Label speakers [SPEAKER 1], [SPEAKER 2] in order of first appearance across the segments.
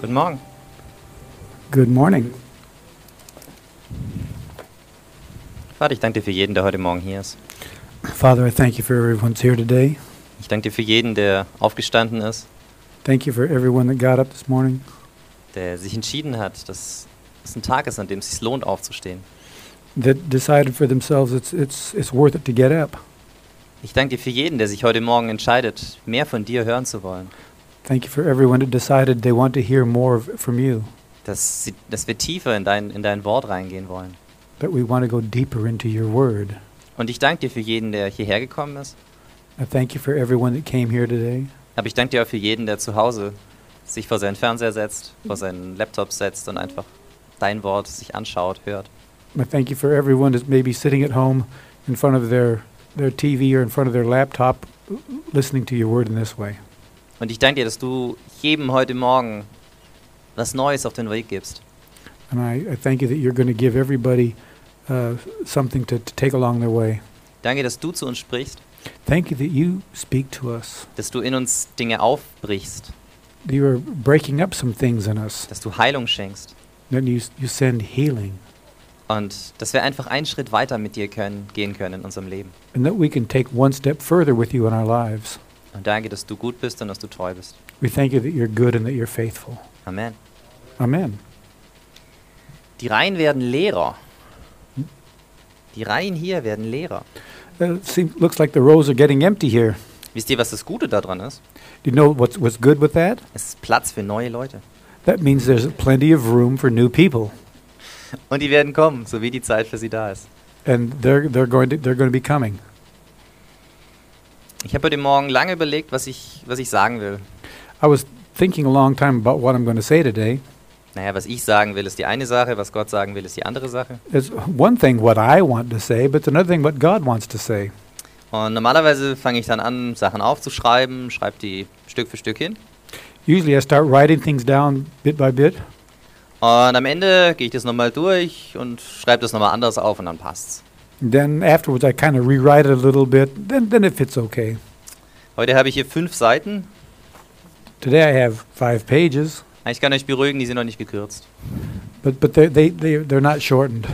[SPEAKER 1] Guten Morgen.
[SPEAKER 2] Good morning.
[SPEAKER 1] Vater, ich danke dir für jeden, der heute Morgen hier ist.
[SPEAKER 2] Father, I thank you for everyone who's here today.
[SPEAKER 1] Ich danke dir für jeden, der aufgestanden ist,
[SPEAKER 2] Thank you for everyone that got up this morning.
[SPEAKER 1] der sich entschieden hat, dass es ein Tag ist, an dem es sich lohnt, aufzustehen.
[SPEAKER 2] that decided for themselves it's, it's, it's worth it to get up.
[SPEAKER 1] Ich danke dir für jeden, der sich heute Morgen entscheidet, mehr von dir hören zu wollen.
[SPEAKER 2] Thank you for everyone that decided they want to hear more of, from you,
[SPEAKER 1] Dass, sie, dass wir tiefer in dein, in dein Wort reingehen wollen.
[SPEAKER 2] that we want to go deeper into your word.
[SPEAKER 1] Und ich danke dir für jeden, der hierher gekommen ist.
[SPEAKER 2] I thank you for everyone that came here today.
[SPEAKER 1] Aber ich danke dir auch für jeden, der zu Hause sich vor seinen Fernseher setzt, vor seinen Laptop setzt und einfach dein Wort sich anschaut, hört.
[SPEAKER 2] I thank you for everyone that's maybe sitting at home in front of their, their TV or in front of their laptop l- listening to your word in this way.
[SPEAKER 1] Und ich danke dir, dass du jedem heute Morgen was Neues auf den Weg gibst.
[SPEAKER 2] And I, I thank you that you're going to give everybody uh, something to, to take along their way.
[SPEAKER 1] Danke, dass du zu uns sprichst,
[SPEAKER 2] Thank you that you speak to us,
[SPEAKER 1] dass du in uns Dinge aufbrichst,
[SPEAKER 2] that you are breaking up some things in us,
[SPEAKER 1] dass du Heilung schenkst
[SPEAKER 2] that you, s- you send healing.
[SPEAKER 1] und dass wir einfach einen Schritt weiter mit dir können, gehen können in unserem Leben.
[SPEAKER 2] and that we can take one step further with you in our lives.
[SPEAKER 1] Und danke, dass du gut bist und dass du treu bist.
[SPEAKER 2] We thank you that you're good and that you're faithful.
[SPEAKER 1] Amen.
[SPEAKER 2] Amen.
[SPEAKER 1] Die Reihen werden leerer. Die Reihen hier werden leerer.
[SPEAKER 2] Uh, It seems, looks like the rows are getting empty here.
[SPEAKER 1] Wisst ihr, was das Gute daran ist?
[SPEAKER 2] Do you know what's, what's good with that?
[SPEAKER 1] Es ist Platz für neue Leute.
[SPEAKER 2] That means there's plenty of room for new people,
[SPEAKER 1] Und die werden kommen, so wie die Zeit für sie da ist.
[SPEAKER 2] and they're, they're, going, to, they're going to be coming.
[SPEAKER 1] Ich habe heute Morgen lange überlegt, was ich, was ich sagen will.
[SPEAKER 2] I was thinking a long time about what I'm going to say today.
[SPEAKER 1] Naja, was ich sagen will, ist die eine Sache, was Gott sagen will, ist die andere Sache.
[SPEAKER 2] It's one thing what I want to say, but it's another thing what God wants to say.
[SPEAKER 1] Und normalerweise fange ich dann an, Sachen aufzuschreiben, schreibe die Stück für Stück hin.
[SPEAKER 2] Usually I start writing things down bit by bit,
[SPEAKER 1] Und am Ende gehe ich das nochmal durch und schreibe das nochmal anders auf und dann passt's.
[SPEAKER 2] then afterwards I kind of rewrite it a little bit, then, then it fits okay.
[SPEAKER 1] Heute habe ich hier fünf Seiten.
[SPEAKER 2] Today I have five pages.
[SPEAKER 1] Ich kann euch beruhigen, die sind noch nicht gekürzt.
[SPEAKER 2] But but they they they they're not shortened.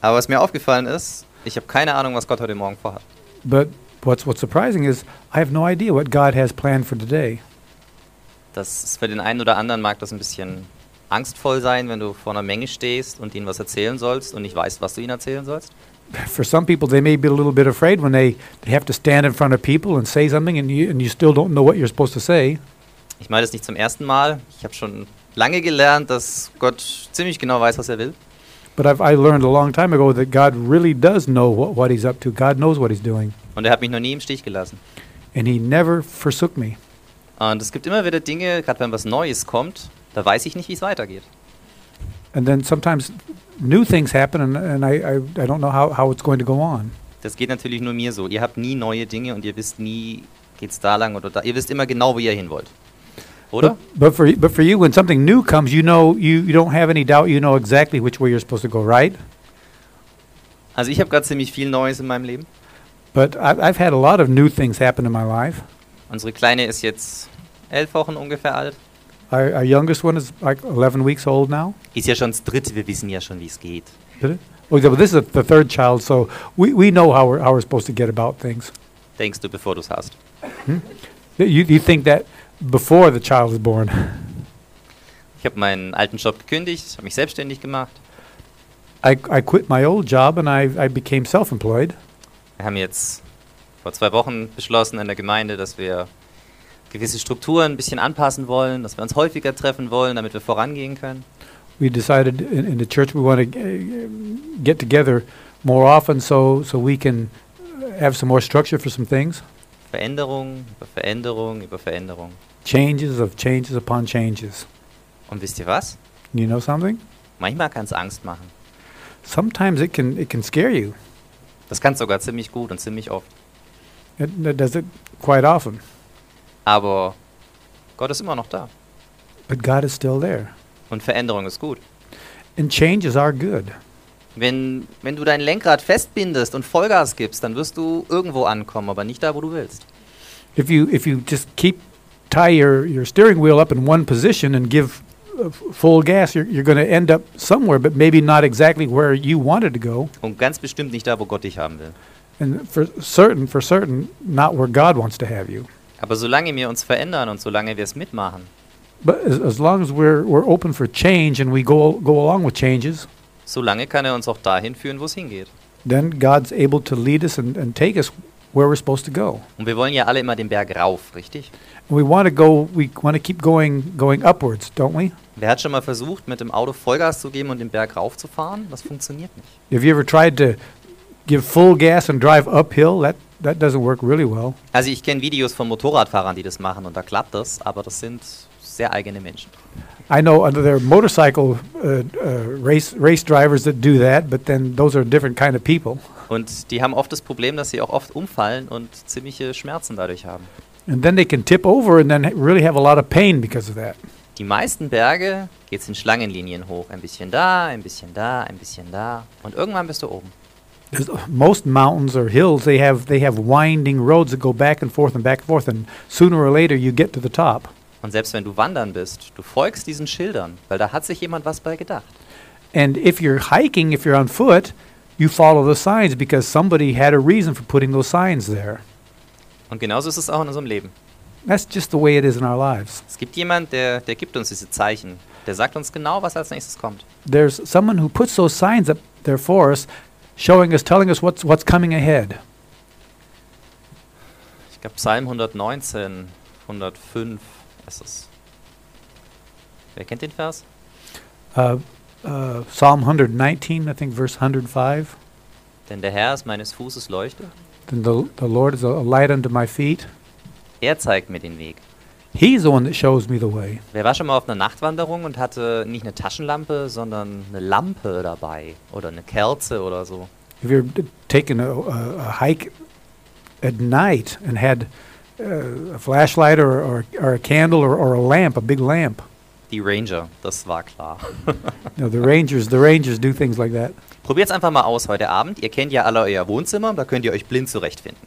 [SPEAKER 1] Aber was mir aufgefallen ist, ich habe keine Ahnung, was Gott heute Morgen vorhat.
[SPEAKER 2] But what's what's surprising is I have no idea what God has planned for today.
[SPEAKER 1] Das ist für den einen oder anderen mag das ein bisschen angstvoll sein, wenn du vor einer Menge stehst und ihnen was erzählen sollst und nicht weißt, was du ihnen erzählen sollst.
[SPEAKER 2] For some people, they may be a little bit afraid when they, they have to stand in front of people and say something, and you and you still don't know what you're supposed to say.
[SPEAKER 1] Ich meine das nicht zum ersten Mal. Ich habe schon lange gelernt, dass Gott ziemlich genau weiß, was er will.
[SPEAKER 2] But I've, I learned a long time ago that God really does know what, what He's up to. God knows what He's doing,
[SPEAKER 1] Und er hat mich noch nie im Stich gelassen.
[SPEAKER 2] and He never forsook me.
[SPEAKER 1] Und es gibt immer wieder Dinge, gerade wenn was Neues kommt, da weiß ich nicht, wie es weitergeht.
[SPEAKER 2] And then sometimes new things happen, and, and I, I, I don't know how, how it's going to go on.
[SPEAKER 1] Das geht natürlich nur mir so. Ihr habt nie neue Dinge und ihr wisst nie, geht's da lang oder da. Ihr wisst immer genau, wo ihr hin wollt. Oder?
[SPEAKER 2] But, but for but for you, when something new comes, you know you, you don't have any doubt. You know exactly which way you're supposed to go, right?
[SPEAKER 1] Also ich habe gerade ziemlich viel Neues in meinem Leben.
[SPEAKER 2] But I, I've had a lot of new things happen in my life.
[SPEAKER 1] Unsere Kleine ist jetzt elf Wochen ungefähr alt.
[SPEAKER 2] Our, our youngest one is like 11 weeks old now.
[SPEAKER 1] Ist ja schon das dritte, wir wissen ja schon, wie es geht.
[SPEAKER 2] Did it? Oh, yeah, but this is the third child, so we, we know how we're, how we're supposed to get about things.
[SPEAKER 1] Denkst du, bevor du es hast.
[SPEAKER 2] You, you think that before the child is born.
[SPEAKER 1] Ich habe meinen alten Job gekündigt, habe mich selbstständig gemacht.
[SPEAKER 2] I, I quit my old job and I, I became self employed.
[SPEAKER 1] Wir haben jetzt vor zwei Wochen beschlossen in der Gemeinde, dass wir gewisse Strukturen ein bisschen anpassen wollen, dass wir uns häufiger treffen wollen, damit wir vorangehen können.
[SPEAKER 2] We decided in, in the church we want to get together more often so, so we can have some more structure for some things.
[SPEAKER 1] Veränderung über Veränderung über Veränderung.
[SPEAKER 2] changes of changes upon changes.
[SPEAKER 1] Und wisst ihr was?
[SPEAKER 2] You know something?
[SPEAKER 1] Manchmal kann es Angst machen.
[SPEAKER 2] Sometimes it can it can scare you.
[SPEAKER 1] Das kann sogar ziemlich gut und ziemlich oft.
[SPEAKER 2] It, that does it quite often.
[SPEAKER 1] Aber Gott ist immer noch da.
[SPEAKER 2] But God is still there,
[SPEAKER 1] Und Veränderung ist gut.
[SPEAKER 2] and changes are good.
[SPEAKER 1] Wenn, wenn du dein Lenkrad festbindest und Vollgas gibst, dann wirst du irgendwo ankommen, aber nicht da, wo du willst.
[SPEAKER 2] If you if you just keep tie your, your steering wheel up in one position and give uh, f- full gas, you're, you're going to end up somewhere, but maybe not exactly where you wanted to go,
[SPEAKER 1] Und ganz bestimmt nicht da, wo Gott dich haben will.
[SPEAKER 2] and for certain, for certain, not where God wants to have you.
[SPEAKER 1] Aber solange wir uns verändern und solange wir es mitmachen,
[SPEAKER 2] But as, as long as we're, we're open for change and we go, go along with changes,
[SPEAKER 1] solange kann er uns auch dahin führen, wo es hingeht.
[SPEAKER 2] then God's able to lead us and, and take us where we're supposed to go.
[SPEAKER 1] Und wir wollen ja alle immer den Berg rauf, richtig?
[SPEAKER 2] We want to go, we want to keep going, going upwards, don't we?
[SPEAKER 1] Wer hat schon mal versucht, mit dem Auto Vollgas zu geben und den Berg raufzufahren? Das funktioniert nicht.
[SPEAKER 2] Have you ever tried to give full gas and drive uphill? That, that doesn't work really well.
[SPEAKER 1] Also ich kenne Videos von Motorradfahrern, die das machen und da klappt das, aber das sind sehr eigene Menschen.
[SPEAKER 2] I know under there are motorcycle uh, uh, race, race drivers that do that, but then those are a different kind of people.
[SPEAKER 1] Und die haben oft das Problem, dass sie auch oft umfallen und ziemliche Schmerzen dadurch haben.
[SPEAKER 2] And then they can tip over and then ha- really have a lot of pain because of that.
[SPEAKER 1] Die meisten Berge geht es in Schlangenlinien hoch. Ein bisschen da, ein bisschen da, ein bisschen da. Und irgendwann bist du oben.
[SPEAKER 2] There's, most mountains or hills, they have, they have winding roads that go back and forth and back and forth, and sooner or later you get to the top.
[SPEAKER 1] Und selbst wenn du wandern bist, du folgst diesen Schildern, weil da hat sich jemand was bei gedacht.
[SPEAKER 2] And if you're hiking, if you're on foot, you follow the signs because somebody had a reason for putting those signs there.
[SPEAKER 1] Und genauso ist es auch in unserem Leben.
[SPEAKER 2] That's just the way it is in our lives.
[SPEAKER 1] Es gibt jemand, der, der gibt uns diese Zeichen. Der sagt uns genau, was als nächstes kommt.
[SPEAKER 2] There's someone who puts those signs up there for us, showing us, telling us what's, what's coming ahead.
[SPEAKER 1] Ich glaube, Psalm 119, 105 ist es. Wer kennt den Vers?
[SPEAKER 2] Uh, uh, Psalm 119, I think, verse 105.
[SPEAKER 1] Denn der Herr ist meines Fußes Leuchte.
[SPEAKER 2] Then the, the Lord is a light unto my feet.
[SPEAKER 1] Er zeigt mir den Weg.
[SPEAKER 2] He's the one that shows me the way.
[SPEAKER 1] Wer war schon mal auf einer Nachtwanderung und hatte nicht eine Taschenlampe, sondern eine Lampe dabei oder eine Kerze oder so?
[SPEAKER 2] If you're d- taking a, a, a hike at night and had uh, a flashlight or, or, or a candle or, or a lamp, a big lamp.
[SPEAKER 1] Die Ranger, das war klar.
[SPEAKER 2] You know, the rangers, the rangers do things like that.
[SPEAKER 1] Probiert's einfach mal aus heute Abend. Ihr kennt ja alle euer Wohnzimmer, da könnt ihr euch blind zurechtfinden.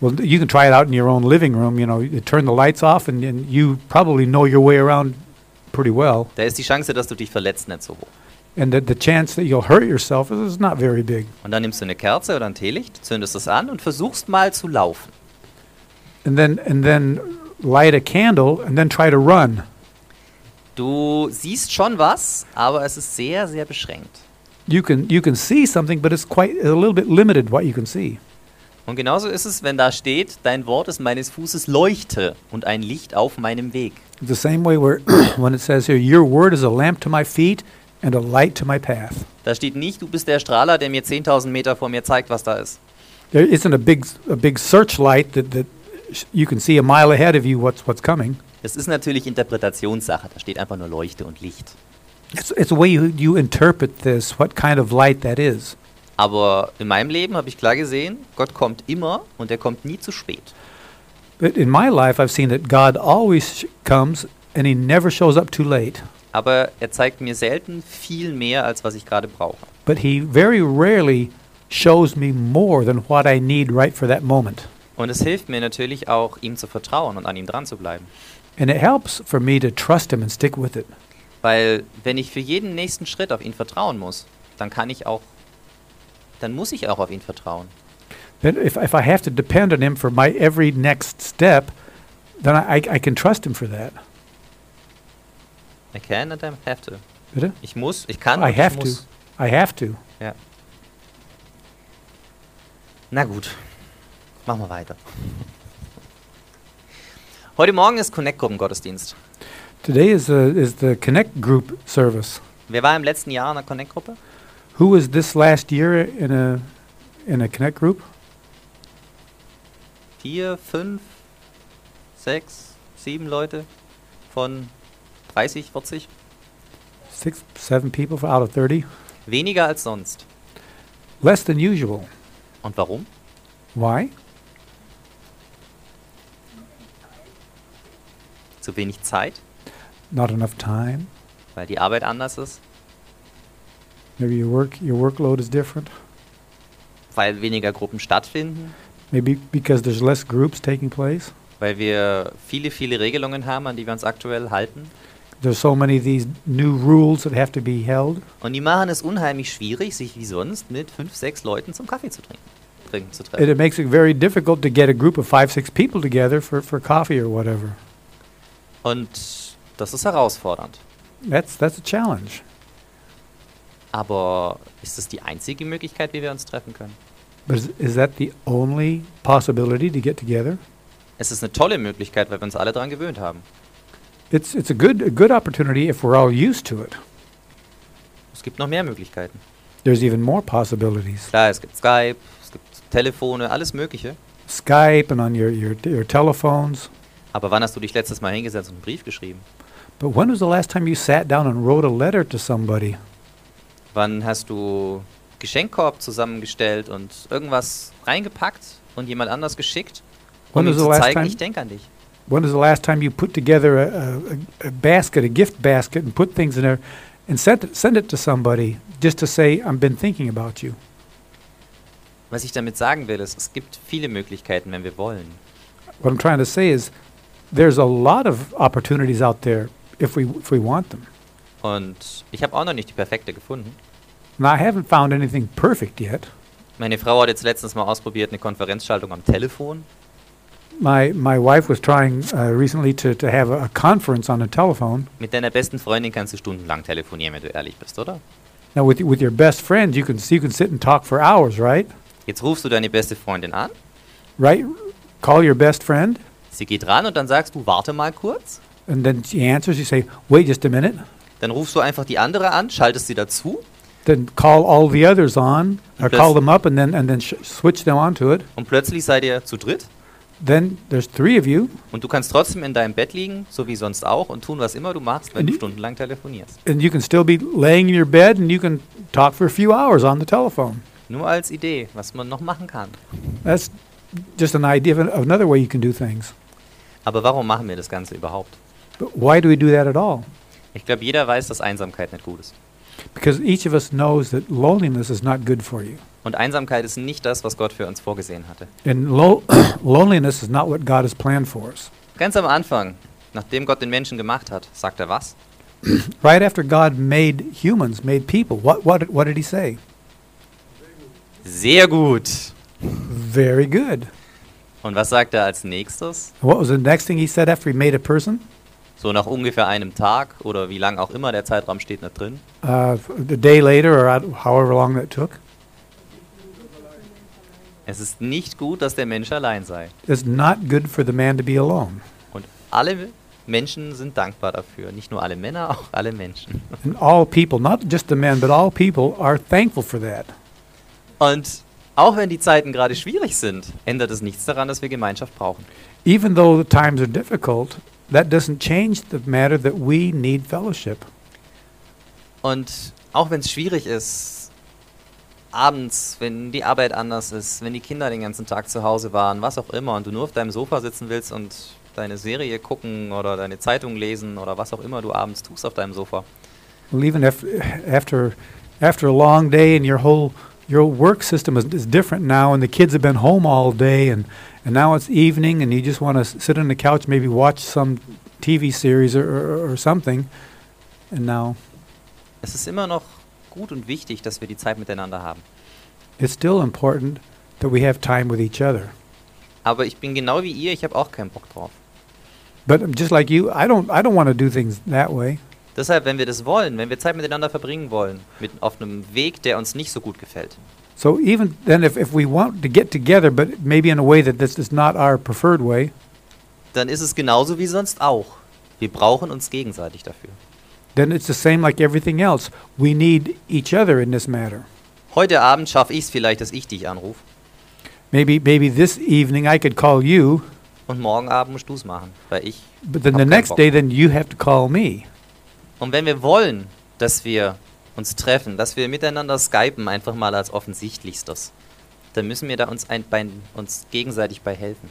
[SPEAKER 2] Well, th- you can try it out in your own living room. You know, you turn the lights off, and, and you probably know your way around pretty well.
[SPEAKER 1] Da ist die Chance, dass du dich verletzt, nicht so hoch.
[SPEAKER 2] And that the chance that you'll hurt yourself is, is not very big.
[SPEAKER 1] Und dann nimmst du eine Kerze oder ein Teelicht, zündest es an und versuchst mal zu laufen.
[SPEAKER 2] And then and then light a candle, and then try to run.
[SPEAKER 1] Du siehst schon was, aber es ist sehr, sehr beschränkt.
[SPEAKER 2] You can you can see something, but it's quite a little bit limited what you can see.
[SPEAKER 1] Und genauso ist es, wenn da steht, dein Wort ist meines Fußes Leuchte und ein Licht auf meinem Weg.
[SPEAKER 2] The same way where when it says here, your word is a lamp to my feet and a light to my path.
[SPEAKER 1] Da steht nicht, du bist der Strahler, der mir 10.000 Meter vor mir zeigt, was da ist.
[SPEAKER 2] There isn't a big s- a big searchlight that that sh- you can see a mile ahead of you what's what's coming.
[SPEAKER 1] Das ist natürlich Interpretationssache, da steht einfach nur Leuchte und Licht.
[SPEAKER 2] It's, it's the way you, you interpret this, what kind of light that is.
[SPEAKER 1] Aber in meinem Leben habe ich klar gesehen, Gott kommt immer und er kommt nie zu spät.
[SPEAKER 2] But in my life, I've seen that God always sh- comes and He never shows up too late.
[SPEAKER 1] Aber er zeigt mir selten viel mehr, als was ich gerade brauche.
[SPEAKER 2] But He very rarely shows me more than what I need right for that moment.
[SPEAKER 1] Und es hilft mir natürlich auch, ihm zu vertrauen und an ihm dran zu bleiben.
[SPEAKER 2] And it helps for me to trust Him and stick with it.
[SPEAKER 1] Weil wenn ich für jeden nächsten Schritt auf ihn vertrauen muss, dann kann ich auch, dann muss ich auch auf ihn vertrauen.
[SPEAKER 2] But if, if I have to depend on Him for my every next step, then I, I, I can trust Him for that.
[SPEAKER 1] I can and I have to.
[SPEAKER 2] Bitte?
[SPEAKER 1] Ich muss, ich kann und
[SPEAKER 2] uh, I have
[SPEAKER 1] ich
[SPEAKER 2] to.
[SPEAKER 1] muss.
[SPEAKER 2] I have to.
[SPEAKER 1] Na gut, machen wir weiter. Heute Morgen ist Connect-Gruppen-Gottesdienst.
[SPEAKER 2] Today is, uh, is the Connect group service.
[SPEAKER 1] Wer war im letzten Jahr in einer Connect-Gruppe?
[SPEAKER 2] Who was this last year in a in a connect group?
[SPEAKER 1] Vier, fünf, sechs, sieben Leute von 30, 40?
[SPEAKER 2] Six, seven people for- out of thirty.
[SPEAKER 1] Weniger als sonst.
[SPEAKER 2] Less than usual.
[SPEAKER 1] Und warum?
[SPEAKER 2] Why?
[SPEAKER 1] Zu wenig Zeit,
[SPEAKER 2] Not enough time.
[SPEAKER 1] weil die Arbeit anders ist,
[SPEAKER 2] Maybe your work your workload is different.
[SPEAKER 1] weil weniger Gruppen stattfinden,
[SPEAKER 2] Maybe because there's less groups taking place.
[SPEAKER 1] weil wir viele, viele Regelungen haben, an die wir uns aktuell halten.
[SPEAKER 2] There's so many of these new rules that have to be held.
[SPEAKER 1] Und die machen es unheimlich schwierig, sich wie sonst mit fünf, sechs Leuten zum Kaffee zu trinken. trinken zu
[SPEAKER 2] It,
[SPEAKER 1] treffen.
[SPEAKER 2] it makes it very difficult to get a group of five, six people together for, for coffee or whatever.
[SPEAKER 1] Und das ist herausfordernd.
[SPEAKER 2] That's, that's a challenge.
[SPEAKER 1] Aber ist das die einzige Möglichkeit, wie wir uns treffen können?
[SPEAKER 2] But is, is that the only possibility to get together?
[SPEAKER 1] Es ist eine tolle Möglichkeit, weil wir uns alle daran gewöhnt haben.
[SPEAKER 2] It's, it's a, good, a good opportunity if we're all used to it.
[SPEAKER 1] Es gibt noch mehr Möglichkeiten.
[SPEAKER 2] There's even more possibilities.
[SPEAKER 1] Klar, es gibt Skype, es gibt Telefone, alles Mögliche.
[SPEAKER 2] Skype and on your, your, your telephones.
[SPEAKER 1] Aber wann hast du dich letztes Mal hingesetzt und einen Brief geschrieben?
[SPEAKER 2] But when was the last time you sat down and wrote a letter to somebody?
[SPEAKER 1] Wann hast du Geschenkkorb zusammengestellt und irgendwas reingepackt und jemand anders geschickt, um
[SPEAKER 2] When
[SPEAKER 1] ihm
[SPEAKER 2] was the
[SPEAKER 1] zu
[SPEAKER 2] last
[SPEAKER 1] zeigen,
[SPEAKER 2] time?
[SPEAKER 1] ich denke an dich?
[SPEAKER 2] When was the last time you put together a, a, a basket, a gift basket, and put things in there, and sent it, send it to somebody just to say I've been thinking about you?
[SPEAKER 1] Was ich damit sagen will, ist, es gibt viele Möglichkeiten, wenn wir wollen.
[SPEAKER 2] What I'm trying to say is, there's a lot of opportunities out there if we if we want them.
[SPEAKER 1] Und ich habe auch noch nicht die perfekte gefunden.
[SPEAKER 2] Now I haven't found anything perfect yet.
[SPEAKER 1] Meine Frau hat jetzt letztens mal ausprobiert, eine Konferenzschaltung am Telefon.
[SPEAKER 2] My my wife was trying uh, recently to to have a, a conference on the telephone.
[SPEAKER 1] Mit deiner besten Freundin kannst du stundenlang telefonieren, wenn du ehrlich bist, oder?
[SPEAKER 2] Now with with your best friend, you can you can sit and talk for hours, right?
[SPEAKER 1] Jetzt rufst du deine beste Freundin an,
[SPEAKER 2] Right? Call your best friend,
[SPEAKER 1] sie geht ran und dann sagst du, warte mal kurz.
[SPEAKER 2] and then she answers. You say, "Wait just a minute."
[SPEAKER 1] Dann rufst du einfach die andere an, schaltest sie dazu
[SPEAKER 2] Then call all the others on, or
[SPEAKER 1] Best-
[SPEAKER 2] call them up, and then and then sh- switch them onto it.
[SPEAKER 1] und plötzlich seid ihr zu dritt
[SPEAKER 2] Then there's three of you,
[SPEAKER 1] und du kannst trotzdem in deinem Bett liegen, so wie sonst auch, und tun, was immer du machst, wenn du
[SPEAKER 2] Mhm.
[SPEAKER 1] stundenlang telefonierst.
[SPEAKER 2] and you can still be laying in your bed, and you can talk for a few hours on the telephone.
[SPEAKER 1] Nur als Idee, was man noch machen kann.
[SPEAKER 2] That's just an idea of, an, of another way you can do things.
[SPEAKER 1] Aber warum machen wir das Ganze überhaupt?
[SPEAKER 2] But why do we do that at all?
[SPEAKER 1] Ich glaube, jeder weiß, dass Einsamkeit nicht gut ist.
[SPEAKER 2] Because each of us knows that loneliness is not good for you,
[SPEAKER 1] Und Einsamkeit ist nicht das, was Gott für uns vorgesehen hatte.
[SPEAKER 2] and lo- loneliness is not what God has planned for us.
[SPEAKER 1] Ganz am Anfang, nachdem Gott den Menschen gemacht hat, sagt er was?
[SPEAKER 2] Right after God made humans, made people, what what what did He say?
[SPEAKER 1] Sehr gut.
[SPEAKER 2] Very good.
[SPEAKER 1] Und was sagt er als nächstes?
[SPEAKER 2] And what was the next thing He said after He made a person?
[SPEAKER 1] So nach ungefähr einem Tag oder wie lang auch immer der Zeitraum steht da drin.
[SPEAKER 2] uh, a day later, or out- however long that took.
[SPEAKER 1] Es ist nicht gut, dass der Mensch allein sei.
[SPEAKER 2] It's not good for the man to be alone.
[SPEAKER 1] Und alle Menschen sind dankbar dafür. Nicht nur alle Männer, auch alle Menschen.
[SPEAKER 2] And all people, not just the men, but all people are thankful for that.
[SPEAKER 1] Und auch wenn die Zeiten gerade schwierig sind, ändert es nichts daran, dass wir Gemeinschaft brauchen.
[SPEAKER 2] Even though the times are difficult, that doesn't change the matter that we need fellowship.
[SPEAKER 1] Und auch wenn es schwierig ist, abends, wenn die Arbeit anders ist, wenn die Kinder den ganzen Tag zu Hause waren, was auch immer, und du nur auf deinem Sofa sitzen willst und deine Serie gucken oder deine Zeitung lesen oder was auch immer du abends tust auf deinem Sofa.
[SPEAKER 2] Well, even if after after a long day and your whole your work system is, is different now, and the kids have been home all day, and, and now it's evening, and you just want to sit on the couch, maybe watch some TV series or, or, or something, and now
[SPEAKER 1] Es ist immer noch gut und wichtig, dass wir die Zeit miteinander haben.
[SPEAKER 2] it's still important that we have time with each other.
[SPEAKER 1] Aber ich bin genau wie ihr, ich habe auch keinen Bock drauf.
[SPEAKER 2] But um, just like you, I don't I don't want to do things that way.
[SPEAKER 1] Deshalb, wenn wir das wollen, wenn wir Zeit miteinander verbringen wollen, mit, auf einem Weg, der uns nicht so gut gefällt,
[SPEAKER 2] So even then, if, if we want to get together, but maybe in a way that this is not our preferred way,
[SPEAKER 1] dann ist es genauso wie sonst auch. Wir brauchen uns gegenseitig dafür.
[SPEAKER 2] then it's the same like everything else. We need each other in this matter.
[SPEAKER 1] Heute Abend schaffe ich es vielleicht, dass ich dich anrufe.
[SPEAKER 2] Maybe maybe this evening I could call you,
[SPEAKER 1] Und morgen Abend musst du es machen, weil ich.
[SPEAKER 2] but then
[SPEAKER 1] hab
[SPEAKER 2] the
[SPEAKER 1] keinen
[SPEAKER 2] next
[SPEAKER 1] Bock.
[SPEAKER 2] day then you have to call me.
[SPEAKER 1] Und wenn wir wollen, dass wir uns treffen, dass wir miteinander skypen, einfach mal als offensichtlichstes, dann müssen wir da uns, ein, bei, uns gegenseitig bei helfen.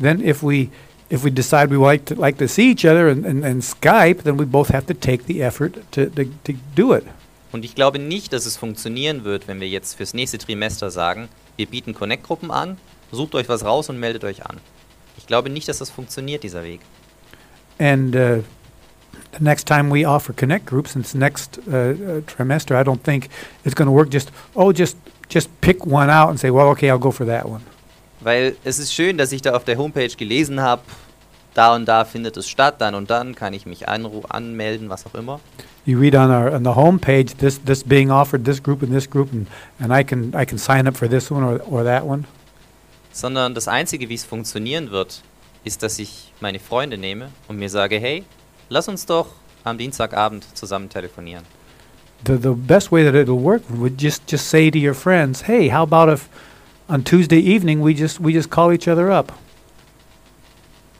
[SPEAKER 2] Then if we if we decide we like to like to see each other and, and, and Skype, then we both have to take the effort to, to, to do it.
[SPEAKER 1] Und ich glaube nicht, dass es funktionieren wird, wenn wir jetzt fürs nächste Trimester sagen, wir bieten Connect-Gruppen an, sucht euch was raus und meldet euch an. Ich glaube nicht, dass das funktioniert, dieser Weg.
[SPEAKER 2] And uh, the next time we offer connect groups, since next uh, uh, trimester, I don't think it's going to work. Just oh, just just pick one out and say, well, okay, I'll go for that one.
[SPEAKER 1] Weil es ist schön, dass ich da auf der Homepage gelesen habe, da und da findet es statt, dann und dann kann ich mich anru anmelden, was auch immer.
[SPEAKER 2] You read on our on the homepage this this being offered, this group and this group, and and I can I can sign up for this one or or that one.
[SPEAKER 1] Sondern das Einzige, wie es funktionieren wird, ist, dass ich meine Freunde nehme und mir sage, hey, lass uns doch am Dienstagabend zusammen telefonieren.
[SPEAKER 2] the, the best way that it'll work would just just say to your friends, "Hey, how about if on Tuesday evening we just we just call each other up?"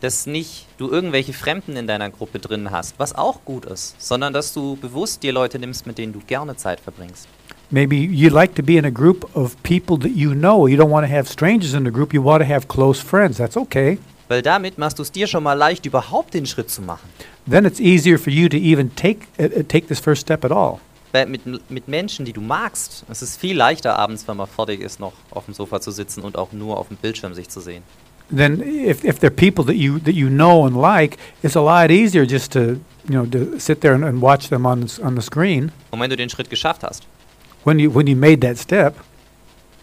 [SPEAKER 1] Dass nicht du irgendwelche Fremden in deiner Gruppe drin hast, was auch gut ist, sondern dass du bewusst dir Leute nimmst, mit denen du gerne Zeit verbringst.
[SPEAKER 2] Maybe you'd like to be in a group of people that you know. You don't want to have strangers in the group. You want to have close friends. That's okay.
[SPEAKER 1] Weil damit machst du es dir schon mal leicht, überhaupt den Schritt zu machen.
[SPEAKER 2] Then it's easier for you to even take uh, uh, take this first step at all.
[SPEAKER 1] Weil mit, mit Menschen, die du magst, es ist viel leichter abends, wenn man fertig ist, noch auf dem Sofa zu sitzen und auch nur auf dem Bildschirm sich zu sehen.
[SPEAKER 2] Then if if they're people that you that you know and like, it's a lot easier just to you know to sit there and, and watch them on the s- on the screen.
[SPEAKER 1] Und wenn du den Schritt geschafft hast,
[SPEAKER 2] When you when you made that step,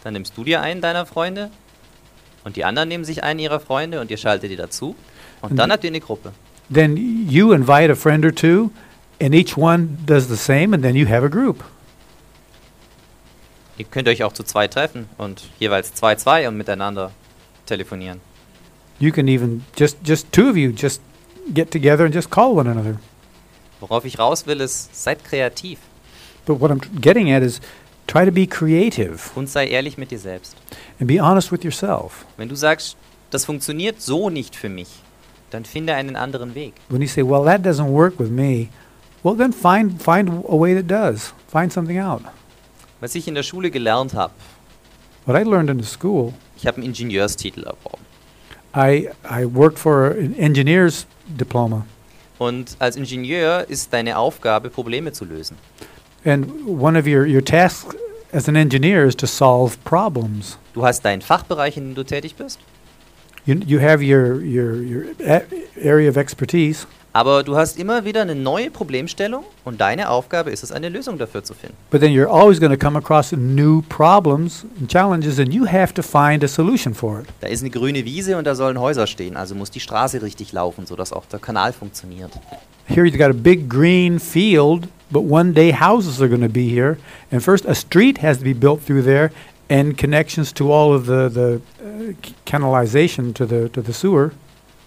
[SPEAKER 1] dann nimmst du dir einen deiner Freunde und die anderen nehmen sich einen ihrer Freunde und ihr schaltet die dazu. Und
[SPEAKER 2] Und
[SPEAKER 1] dann
[SPEAKER 2] die-
[SPEAKER 1] habt ihr eine Gruppe.
[SPEAKER 2] then you invite a friend or two, and each one does the same, and then you have a group.
[SPEAKER 1] Ihr könnt euch auch zu zwei treffen und jeweils zwei, zwei und miteinander telefonieren.
[SPEAKER 2] You can even just just two of you just get together and just call one another.
[SPEAKER 1] Worauf ich raus will, ist, seid kreativ
[SPEAKER 2] But what I'm tr- getting at is try to be creative
[SPEAKER 1] und sei ehrlich mit dir selbst.
[SPEAKER 2] and be honest with yourself.
[SPEAKER 1] Wenn du sagst, das funktioniert so nicht für mich, dann finde einen anderen Weg.
[SPEAKER 2] When you say, "Well, that doesn't work with me," well, then find find a way that does. Find something out.
[SPEAKER 1] Was ich in der Schule gelernt habe,
[SPEAKER 2] What I learned in the school,
[SPEAKER 1] ich habe einen Ingenieurstitel erworben.
[SPEAKER 2] I I worked for an engineer's diploma.
[SPEAKER 1] Und als Ingenieur ist deine Aufgabe, Probleme zu lösen.
[SPEAKER 2] And one of your, your tasks as an engineer is to solve problems.
[SPEAKER 1] Du hast deinen Fachbereich, in dem du tätig bist,
[SPEAKER 2] You, you have your, your, your a- area of expertise,
[SPEAKER 1] aber du hast immer wieder eine neue Problemstellung und deine Aufgabe ist es, eine Lösung dafür zu finden.
[SPEAKER 2] but then you're always going to come across new problems and challenges, and you have to find a solution for it.
[SPEAKER 1] Da ist eine grüne Wiese und da sollen Häuser stehen, also muss die Straße richtig laufen, sodass auch der Kanal funktioniert.
[SPEAKER 2] Here you've got a big green field, but one day houses are going to be here, and first a street has to be built through there, and connections to all of the, the uh, c- canalization to the, to the sewer.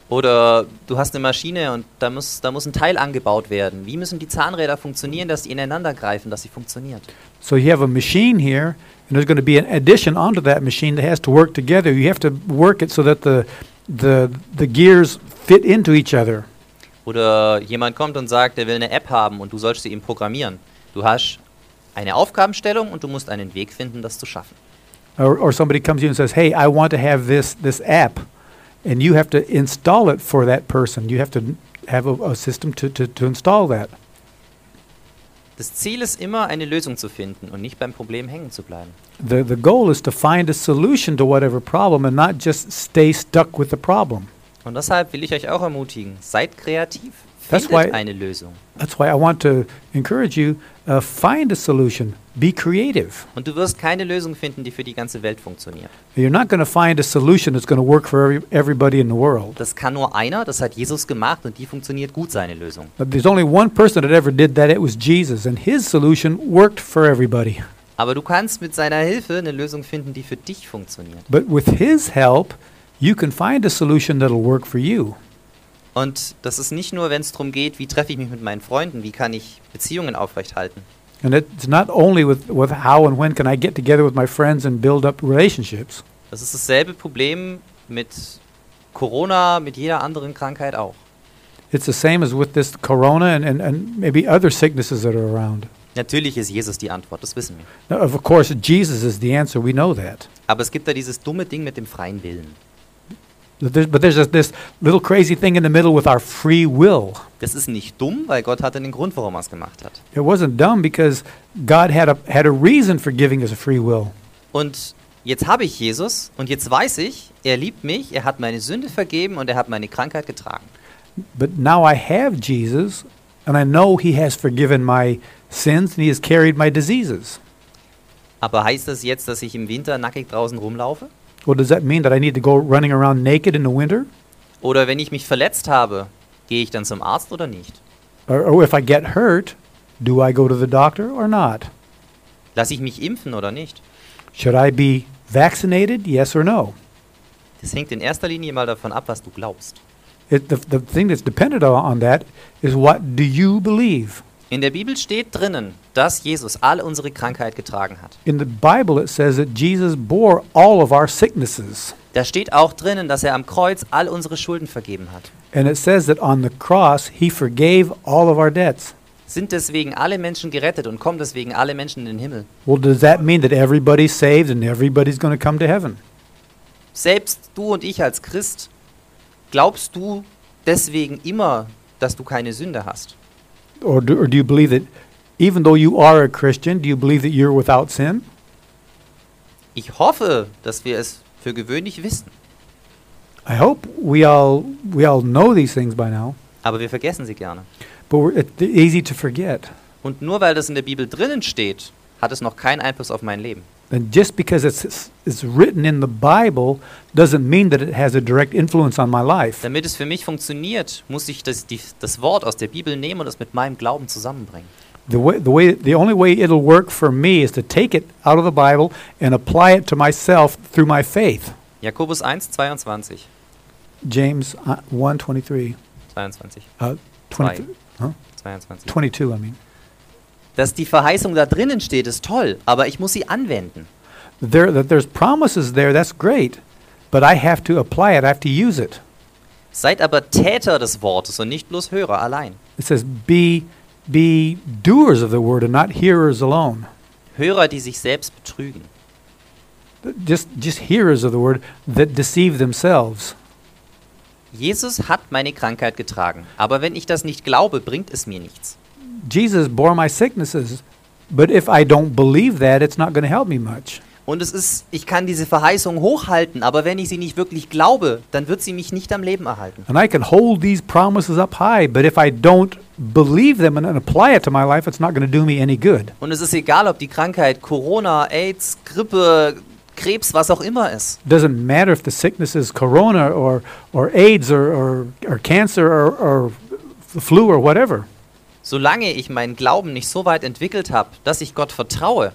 [SPEAKER 1] Oder du hast eine Maschine und da muss, da muss ein Teil angebaut werden. Wie müssen die Zahnräder funktionieren, dass sie ineinander greifen, dass sie funktioniert?
[SPEAKER 2] So you have a machine here, and there's going to be an addition onto that machine that has to work together. You have to work it so that the the the gears fit into each other.
[SPEAKER 1] Oder jemand kommt und sagt, er will eine App haben und du sollst sie ihm programmieren. Du hast eine Aufgabenstellung und du musst einen Weg finden, das zu schaffen.
[SPEAKER 2] Or, or somebody comes to you and says, "Hey, I want to have this this app," and you have to install it for that person. You have to n- have a, a system to, to, to install that.
[SPEAKER 1] Das Ziel ist immer, eine Lösung zu finden und nicht beim Problem hängen zu bleiben.
[SPEAKER 2] The the goal is to find a solution to whatever problem and not just stay stuck with the problem.
[SPEAKER 1] Und deshalb will ich euch auch ermutigen, seid kreativ.
[SPEAKER 2] That's
[SPEAKER 1] Findet
[SPEAKER 2] why-
[SPEAKER 1] eine Lösung.
[SPEAKER 2] That's why I want to encourage you: uh, find a solution, be creative.
[SPEAKER 1] Und du wirst keine Lösung finden, die für die ganze Welt funktioniert.
[SPEAKER 2] You're not going to find a solution that's going to work for every, everybody in the world.
[SPEAKER 1] Das kann nur einer, das hat Jesus gemacht und die funktioniert gut, seine Lösung.
[SPEAKER 2] But there's only one person that ever did that. It was Jesus, and his solution worked for everybody.
[SPEAKER 1] Aber du kannst mit seiner Hilfe eine Lösung finden, die für dich funktioniert.
[SPEAKER 2] But with his help, you can find a solution that'll work for you.
[SPEAKER 1] Und das ist nicht nur, wenn es darum geht, wie treffe ich mich mit meinen Freunden, wie kann ich Beziehungen aufrechthalten,
[SPEAKER 2] And it's not only with, with how and when can I get together with my friends and build up relationships.
[SPEAKER 1] Das ist dasselbe Problem mit Corona, mit jeder anderen Krankheit auch.
[SPEAKER 2] It's the same as with this corona and, and, and maybe other sicknesses that are around.
[SPEAKER 1] Natürlich ist Jesus die Antwort, das wissen wir.
[SPEAKER 2] Now, of course, Jesus is the answer. We know that.
[SPEAKER 1] Aber es gibt da dieses dumme Ding mit dem freien Willen.
[SPEAKER 2] But there's, but there's this- this little crazy thing in the middle with our free will.
[SPEAKER 1] Das ist nicht dumm, weil Gott hatte den Grund, warum er es gemacht hat.
[SPEAKER 2] It wasn't dumb because God had a had a reason for giving us a free will.
[SPEAKER 1] Und jetzt habe ich Jesus und jetzt weiß ich, er liebt mich, er hat meine Sünde vergeben und er hat meine Krankheit getragen.
[SPEAKER 2] But now I have Jesus and I know He has forgiven my sins and He has carried my diseases.
[SPEAKER 1] Aber heißt das jetzt, dass ich im Winter nackig draußen rumlaufe?
[SPEAKER 2] Well, does that mean that I need to go running around naked in the winter?
[SPEAKER 1] Oder wenn ich mich verletzt habe, gehe ich dann zum Arzt oder nicht?
[SPEAKER 2] Or, or if I get hurt, do I go to the doctor or not?
[SPEAKER 1] Lasse ich mich impfen oder nicht?
[SPEAKER 2] Should I be vaccinated? Yes or no?
[SPEAKER 1] Das hängt in erster Linie mal davon ab, was du glaubst.
[SPEAKER 2] It, the, the thing that's dependent on, on that is what do you believe?
[SPEAKER 1] In der Bibel steht drinnen, dass Jesus all unsere Krankheit getragen hat.
[SPEAKER 2] In the Bible, it says that Jesus bore all of our sicknesses.
[SPEAKER 1] Da steht auch drinnen, dass er am Kreuz all unsere Schulden vergeben hat.
[SPEAKER 2] And it says that on the cross, He forgave all of our debts.
[SPEAKER 1] Sind deswegen alle Menschen gerettet und kommen deswegen alle Menschen in den Himmel.
[SPEAKER 2] Well, does that mean that everybody's saved and everybody's going to come to heaven?
[SPEAKER 1] Selbst du und ich als Christ, glaubst du deswegen immer, dass du keine Sünde hast?
[SPEAKER 2] Or do, or do you believe that even though you are a Christian, do you believe that you're without sin?
[SPEAKER 1] Ich hoffe, dass wir es für gewöhnlich wissen,
[SPEAKER 2] I hope we all, we all know these things by now,
[SPEAKER 1] aber wir vergessen sie gerne.
[SPEAKER 2] but we're, it's easy to forget.
[SPEAKER 1] Und nur weil das in der Bibel drinnen steht, hat es noch keinen Einfluss auf mein Leben.
[SPEAKER 2] And just because it's- it's, it's written in the Bible doesn't mean that it has a direct influence on my life.
[SPEAKER 1] Damit es für mich funktioniert, muss ich das, die, das Wort aus der Bibel nehmen und es mit meinem Glauben zusammenbringen.
[SPEAKER 2] The way, the way, the only way it'll work for me is to take it out of the Bible and apply it to myself through my faith.
[SPEAKER 1] Jakobus 1, 22.
[SPEAKER 2] James uh, 1, 23,
[SPEAKER 1] 22.
[SPEAKER 2] uh, 20,
[SPEAKER 1] Zwei.
[SPEAKER 2] huh?
[SPEAKER 1] 22.
[SPEAKER 2] 22, I mean.
[SPEAKER 1] Dass die Verheißung da drinnen steht, ist toll, aber ich muss sie anwenden.
[SPEAKER 2] There, that there's promises there, that's great, but I have to apply it, I have to use it.
[SPEAKER 1] Seid aber Täter des Wortes und nicht bloß Hörer allein.
[SPEAKER 2] It says, be, be doers of the word and not hearers alone.
[SPEAKER 1] Hörer, die sich selbst betrügen.
[SPEAKER 2] Just, just hearers of the word that deceive themselves.
[SPEAKER 1] Jesus hat meine Krankheit getragen, aber wenn ich das nicht glaube, bringt es mir nichts.
[SPEAKER 2] Jesus bore my sicknesses, but if I don't believe that, it's not going to help me much.
[SPEAKER 1] Und es ist, ich kann diese Verheißung hochhalten, aber wenn ich sie nicht wirklich glaube, dann wird sie mich nicht am Leben erhalten.
[SPEAKER 2] And I can hold these promises up high, but if I don't believe them and, and apply it to my life, it's not going to do me any good.
[SPEAKER 1] Und es ist egal, ob die Krankheit Corona, AIDS, Grippe, Krebs, was auch immer ist.
[SPEAKER 2] Doesn't matter if the sickness is corona or, or AIDS or, or, or cancer or, or f- flu or whatever.
[SPEAKER 1] Solange ich meinen Glauben nicht so weit entwickelt habe, dass ich Gott vertraue,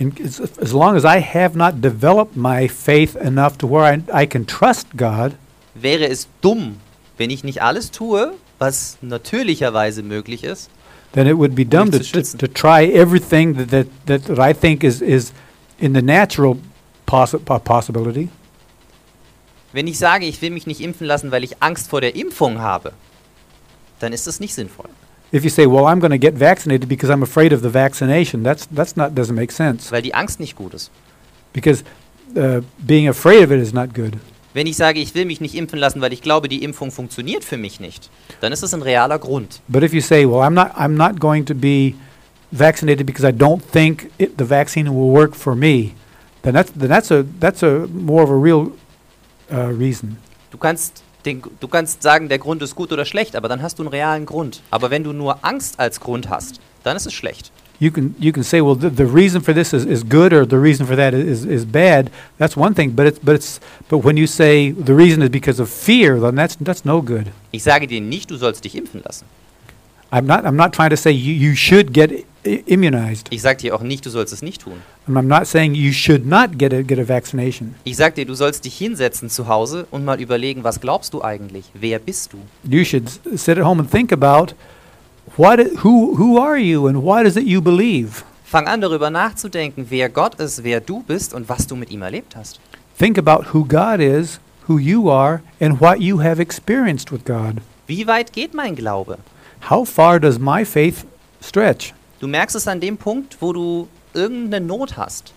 [SPEAKER 2] And as, as long as I have not developed my faith enough to where I, I can trust God,
[SPEAKER 1] wäre es dumm, wenn ich nicht alles tue, was natürlicherweise möglich ist,
[SPEAKER 2] then it would be dumb to,
[SPEAKER 1] Nichts zu
[SPEAKER 2] to,
[SPEAKER 1] schützen.
[SPEAKER 2] to try everything that, that, that, that I think is, is in the natural possi- po- possibility.
[SPEAKER 1] Wenn ich sage, ich will mich nicht impfen lassen, weil ich Angst vor der Impfung habe, dann ist das nicht sinnvoll.
[SPEAKER 2] If you say, "Well, I'm going to get vaccinated because I'm afraid of the vaccination," that's that's not doesn't make sense
[SPEAKER 1] Weil die Angst nicht gut ist.
[SPEAKER 2] because uh, being afraid of it is not good.
[SPEAKER 1] Wenn ich sage, ich will mich nicht impfen lassen, weil ich glaube, die Impfung funktioniert für mich nicht, dann ist das ein realer Grund.
[SPEAKER 2] But if you say, "Well, I'm not I'm not going to be vaccinated because I don't think it, the vaccine will work for me," then that's then that's a that's a more of a real uh, reason.
[SPEAKER 1] Du kannst, den, du kannst sagen, der Grund ist gut oder schlecht, aber dann hast du einen realen Grund. Aber wenn du nur Angst als Grund hast, dann ist es schlecht.
[SPEAKER 2] You can you can say, "Well, the, the reason for this is, is good or the reason for that i- is is bad." That's one thing, but it's but it's but when you say the reason is because of fear, then that's that's no good.
[SPEAKER 1] Ich sage dir nicht, du sollst dich impfen lassen.
[SPEAKER 2] I'm not, I'm not trying to say you, you should get i- immunized.
[SPEAKER 1] Ich sage dir auch nicht, du sollst es nicht tun.
[SPEAKER 2] And I'm not saying you should not get a, get a vaccination.
[SPEAKER 1] Ich sage dir, du sollst dich hinsetzen zu Hause und mal überlegen, was glaubst du eigentlich? Wer bist du?
[SPEAKER 2] You should s- sit at home and think about what, i- who, who are you and what is it you believe?
[SPEAKER 1] Fang an, darüber nachzudenken, wer Gott ist, wer du bist und was du mit ihm erlebt hast.
[SPEAKER 2] Think about who God is, who you are, and what you have experienced with God.
[SPEAKER 1] Wie weit geht mein Glaube?
[SPEAKER 2] How far does my faith stretch?
[SPEAKER 1] Du merkst es an dem Punkt, wo du irgendeine Not hast.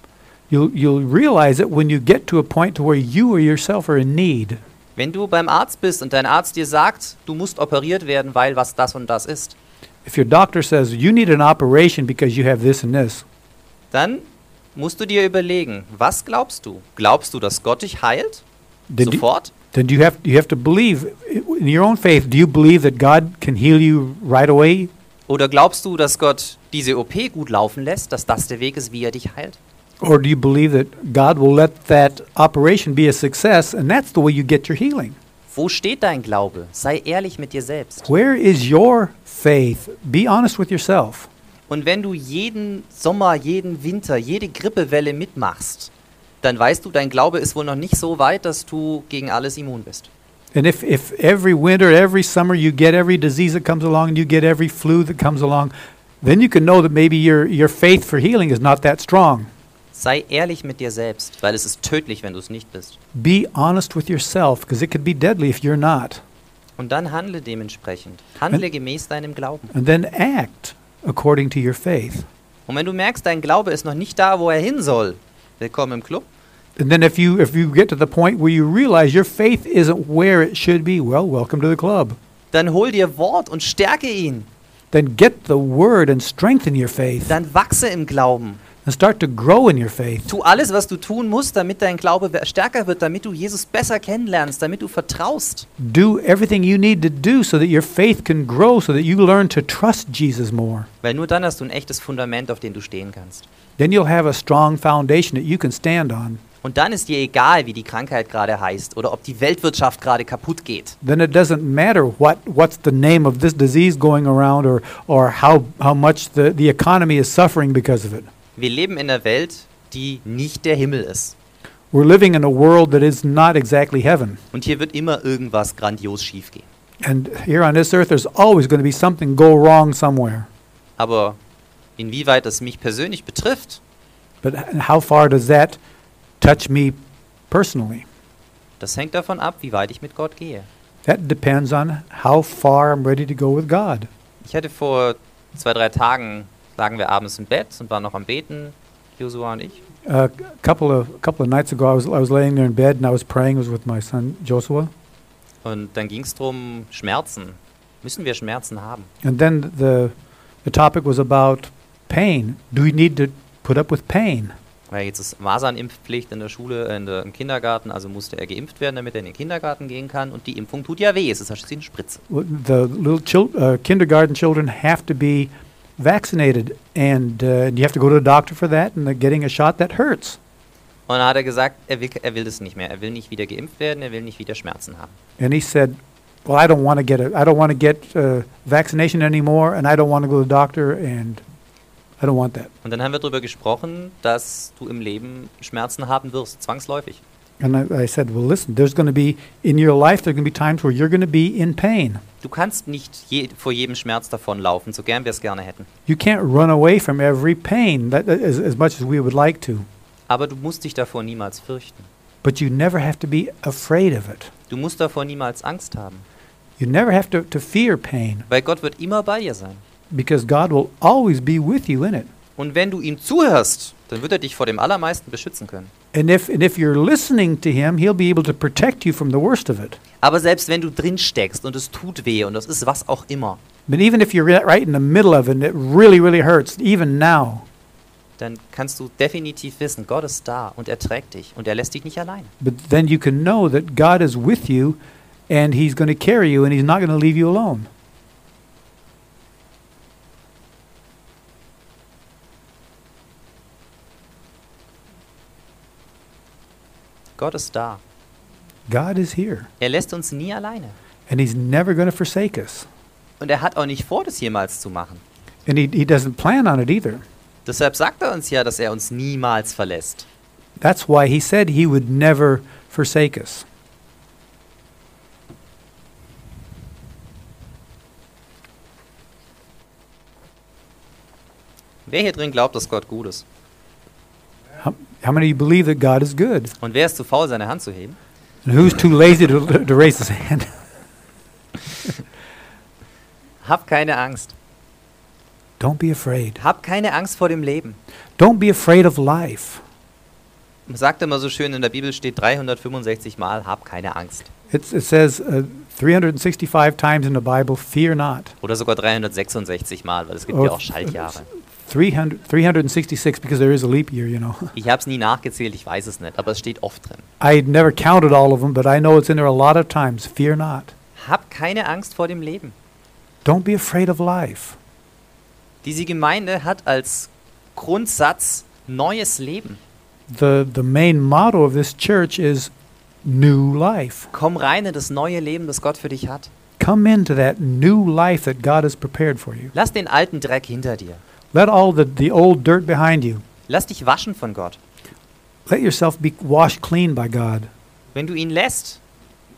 [SPEAKER 2] You'll, you'll realize it when you get to a point to where you or yourself are in need.
[SPEAKER 1] Wenn du beim Arzt bist und dein Arzt dir sagt, du musst operiert werden, weil was das und das ist,
[SPEAKER 2] If your doctor says you need an operation because you have this and this,
[SPEAKER 1] dann musst du dir überlegen, was glaubst du? Glaubst du, dass Gott dich heilt?
[SPEAKER 2] then do-
[SPEAKER 1] Sofort?
[SPEAKER 2] then you have you have to believe in your own faith. Do you believe that God can heal you right away
[SPEAKER 1] Oder glaubst du, dass Gott diese OP gut laufen lässt, dass das der Weg ist, wie er dich heilt?
[SPEAKER 2] Or do you believe that God will let that operation be a success and that's the way you get your healing?
[SPEAKER 1] Wo steht dein Glaube? Sei ehrlich mit dir selbst.
[SPEAKER 2] Where is your faith? Be honest with yourself.
[SPEAKER 1] Und wenn du jeden Sommer, jeden Winter, jede Grippewelle mitmachst, dann weißt du, dein Glaube ist wohl noch nicht so weit, dass du gegen alles immun bist.
[SPEAKER 2] And if, if every winter, every summer, you get every disease that comes along and you get every flu that comes along, then you can know that maybe your, your faith for healing is not that strong.
[SPEAKER 1] Sei ehrlich mit dir selbst, weil es ist tödlich, wenn du es nicht bist.
[SPEAKER 2] Be honest with yourself because it could be deadly if you're not.
[SPEAKER 1] Und dann handle dementsprechend. Handle gemäß deinem Glauben.
[SPEAKER 2] And then act according to your faith.
[SPEAKER 1] Und wenn du merkst, dein Glaube ist noch nicht da, wo er hin soll, willkommen im Club.
[SPEAKER 2] And then if you if you get to the point where you realize your faith isn't where it should be, well, welcome to the club.
[SPEAKER 1] Dann hol dir Wort und stärke ihn.
[SPEAKER 2] Then get the word and strengthen your faith
[SPEAKER 1] Dann wachse im Glauben.
[SPEAKER 2] and start to grow in your faith.
[SPEAKER 1] Tu alles, was du tun musst, damit dein Glaube we- stärker wird, damit du Jesus besser kennenlernst, damit du vertraust.
[SPEAKER 2] Do everything you need to do so that your faith can grow so that you learn to trust Jesus more.
[SPEAKER 1] Weil nur dann hast du ein echtes Fundament, auf dem du stehen kannst.
[SPEAKER 2] Then you'll have a strong foundation that you can stand on.
[SPEAKER 1] Und dann ist dir egal, wie die Krankheit gerade heißt oder ob die Weltwirtschaft gerade kaputt geht.
[SPEAKER 2] Then it doesn't matter what, what's the name of this disease going around or, or how, how much the, the economy is suffering because of it.
[SPEAKER 1] Wir leben in einer Welt, die nicht der Himmel ist.
[SPEAKER 2] We're living in a world that is not exactly heaven.
[SPEAKER 1] Und hier wird immer irgendwas grandios schiefgehen.
[SPEAKER 2] And here on this earth, there's always going to be something go wrong somewhere.
[SPEAKER 1] Aber inwieweit das mich persönlich betrifft,
[SPEAKER 2] But h- how far does that touch me personally?
[SPEAKER 1] das hängt davon ab, wie weit ich mit Gott gehe.
[SPEAKER 2] That depends on how far I'm ready to go with God.
[SPEAKER 1] Ich hatte vor zwei, drei Tagen, lagen wir abends im Bett und waren noch am Beten, Josua und ich.
[SPEAKER 2] A c- couple of couple of nights ago, I was I was laying there in bed and I was praying. I was with my son Joshua,
[SPEAKER 1] Und dann ging es darum, Schmerzen. Müssen wir Schmerzen haben?
[SPEAKER 2] and then the the topic was about pain. Do we need to put up with pain?
[SPEAKER 1] Weil jetzt ist Masernimpfpflicht in der Schule, äh, in der, im Kindergarten, also musste er geimpft werden, damit er in den Kindergarten gehen kann. Und die Impfung tut ja weh, es ist halt eine Spritze.
[SPEAKER 2] W- The little chil- uh, kindergarten children have to be vaccinated, and uh, you have to go to a doctor for that. And the getting a shot that hurts.
[SPEAKER 1] Und dann hat er gesagt, er will, er will das nicht mehr. Er will nicht wieder geimpft werden, er will nicht wieder Schmerzen haben.
[SPEAKER 2] And he said, "Well, I don't want to get a, I don't want to get uh, vaccination anymore, and I don't want to go to the doctor, and I don't want that."
[SPEAKER 1] Und dann haben wir darüber gesprochen, dass du im Leben Schmerzen haben wirst, zwangsläufig.
[SPEAKER 2] And I, I said, well, listen, there's going to be, in your life, there are going to be times where you're going to be in pain.
[SPEAKER 1] Du kannst nicht je, vor jedem Schmerz davonlaufen, so gern wir es gerne hätten.
[SPEAKER 2] You can't run away from every pain that, that- as, as much as we would like to,
[SPEAKER 1] Aber du musst dich davor niemals fürchten.
[SPEAKER 2] but you never have to be afraid of it.
[SPEAKER 1] Du musst davor niemals Angst haben,
[SPEAKER 2] You never have to, to fear pain
[SPEAKER 1] weil Gott wird immer bei dir sein.
[SPEAKER 2] because God will always be with you in it.
[SPEAKER 1] Und wenn du ihm zuhörst, dann wird er dich vor dem Allermeisten beschützen können.
[SPEAKER 2] And if, and if you're listening to Him, He'll be able to protect you from the worst of it.
[SPEAKER 1] Aber selbst wenn du drin steckst und es tut weh und das ist was auch immer,
[SPEAKER 2] But even if you're ri- right in the middle of it and it really, really hurts, even now,
[SPEAKER 1] dann kannst du definitiv wissen, Gott ist da und er trägt dich und er lässt dich nicht allein.
[SPEAKER 2] but then you can know that God is with you and He's going to carry you and He's not going to leave you alone.
[SPEAKER 1] Gott ist da.
[SPEAKER 2] God is here,
[SPEAKER 1] Er lässt uns nie alleine.
[SPEAKER 2] and He's never going to forsake us.
[SPEAKER 1] Und er hat auch nicht vor, das jemals zu machen.
[SPEAKER 2] And he, he doesn't plan on it either.
[SPEAKER 1] Deshalb sagt er uns ja, dass er uns niemals verlässt.
[SPEAKER 2] That's why He said He would never forsake us.
[SPEAKER 1] Wer hier drin glaubt, dass Gott gut ist?
[SPEAKER 2] How, how many of you believe that God is good?
[SPEAKER 1] Und wer ist zu faul, seine Hand zu heben?
[SPEAKER 2] And who's too lazy to, to raise his hand?
[SPEAKER 1] Hab keine Angst.
[SPEAKER 2] Don't be afraid.
[SPEAKER 1] Hab keine Angst vor dem Leben.
[SPEAKER 2] Don't be afraid of life.
[SPEAKER 1] Man sagt immer so schön, in der Bibel steht 365 Mal, hab keine Angst.
[SPEAKER 2] It's, it says uh, 365 times in the Bible, fear not.
[SPEAKER 1] Oder sogar 366 Mal, weil es gibt
[SPEAKER 2] Oh,
[SPEAKER 1] ja auch Schaltjahre.
[SPEAKER 2] 300, 366 because there is a leap year, you know.
[SPEAKER 1] Ich habe es nie nachgezählt, ich weiß es nicht, aber es steht oft drin.
[SPEAKER 2] I had never counted all of them, but I know it's in there a lot of times. Fear not.
[SPEAKER 1] Hab keine Angst vor dem Leben.
[SPEAKER 2] Don't be afraid of life.
[SPEAKER 1] Diese Gemeinde hat als Grundsatz neues Leben.
[SPEAKER 2] The, the main motto of this church is new life.
[SPEAKER 1] Komm rein in das neue Leben, das Gott für dich hat.
[SPEAKER 2] Come into that new life that God has prepared for you.
[SPEAKER 1] Lass den alten Dreck hinter dir.
[SPEAKER 2] Let all the, the old dirt behind you.
[SPEAKER 1] Lass dich waschen von Gott.
[SPEAKER 2] Let yourself be washed clean by God.
[SPEAKER 1] Wenn du ihn lässt,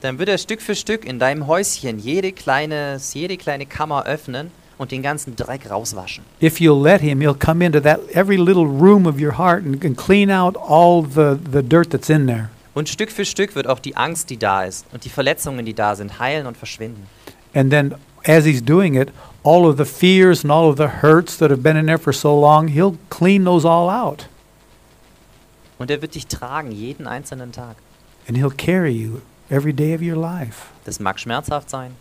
[SPEAKER 1] dann wird er Stück für Stück in deinem Häuschen jede kleine, jede kleine Kammer öffnen und den ganzen Dreck rauswaschen.
[SPEAKER 2] If you'll let Him, He'll come into that every little room of your heart and, and clean out all the, the dirt that's in there.
[SPEAKER 1] Und Stück für Stück wird auch die Angst, die da ist, und die Verletzungen, die da sind, heilen und verschwinden.
[SPEAKER 2] And then, as He's doing it, all of the fears and all of the hurts that have been in there for so long, He'll clean those all out.
[SPEAKER 1] Und er wird dich tragen, jeden einzelnen Tag.
[SPEAKER 2] And He'll carry you every day of your life.
[SPEAKER 1] Das mag schmerzhaft sein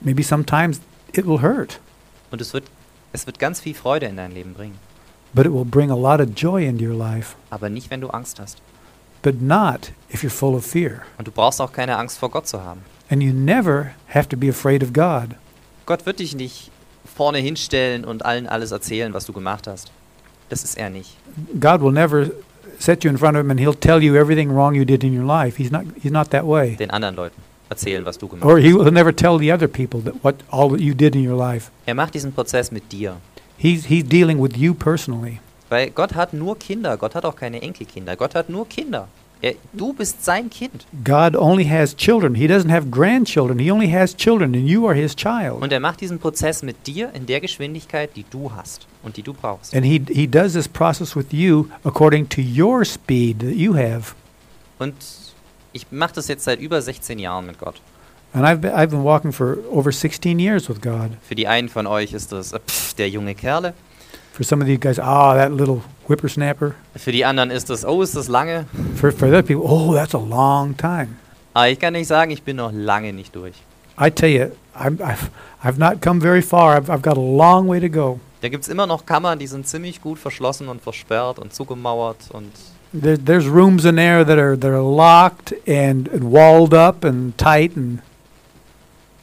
[SPEAKER 2] Maybe sometimes it will hurt,
[SPEAKER 1] und es wird, es wird ganz viel Freude in dein Leben bringen.
[SPEAKER 2] but it will bring a lot of joy into your life.
[SPEAKER 1] Aber nicht, wenn du Angst hast.
[SPEAKER 2] But not if you're full of fear.
[SPEAKER 1] Und du brauchst auch keine Angst vor Gott zu haben.
[SPEAKER 2] And you never have to be afraid of God.
[SPEAKER 1] Gott wird dich nicht vorne hinstellen und allen alles erzählen, was du gemacht hast. Das ist er nicht.
[SPEAKER 2] God will never set you in front of him and he'll tell you everything wrong you did in your life. He's not he's not that way.
[SPEAKER 1] Den anderen Leuten erzählen, was du gemacht
[SPEAKER 2] Or he will never tell the other people that what all that you did in your life.
[SPEAKER 1] hast. Er macht diesen Prozess mit dir.
[SPEAKER 2] He's he's dealing with you personally.
[SPEAKER 1] Weil Gott hat nur Kinder. Gott hat auch keine Enkelkinder. Gott hat nur Kinder. Er, du bist sein Kind.
[SPEAKER 2] God only has children. He doesn't have grandchildren. He only has children and you are his child.
[SPEAKER 1] Und er macht diesen Prozess mit dir in der Geschwindigkeit, die du hast und die du brauchst.
[SPEAKER 2] And he he does this process with you according to your speed that you have.
[SPEAKER 1] Und ich mache das jetzt seit über 16 Jahren mit Gott.
[SPEAKER 2] And I've been, I've been walking for over 16 years with God.
[SPEAKER 1] Für die einen von euch ist das äh, pff, der junge Kerle.
[SPEAKER 2] For some of you guys, ah, that little whippersnapper.
[SPEAKER 1] Für die anderen ist das, oh, ist das lange.
[SPEAKER 2] For for other people, oh, that's a long time.
[SPEAKER 1] Aber ich kann nicht sagen, ich bin noch lange nicht durch.
[SPEAKER 2] I tell you, I'm, I've, I've not come very far. I've, I've got a long way to go.
[SPEAKER 1] Da gibt es immer noch Kammern, die sind ziemlich gut verschlossen und versperrt und zugemauert. Und
[SPEAKER 2] There, there's rooms in there that are that are locked and, and walled up and tight, and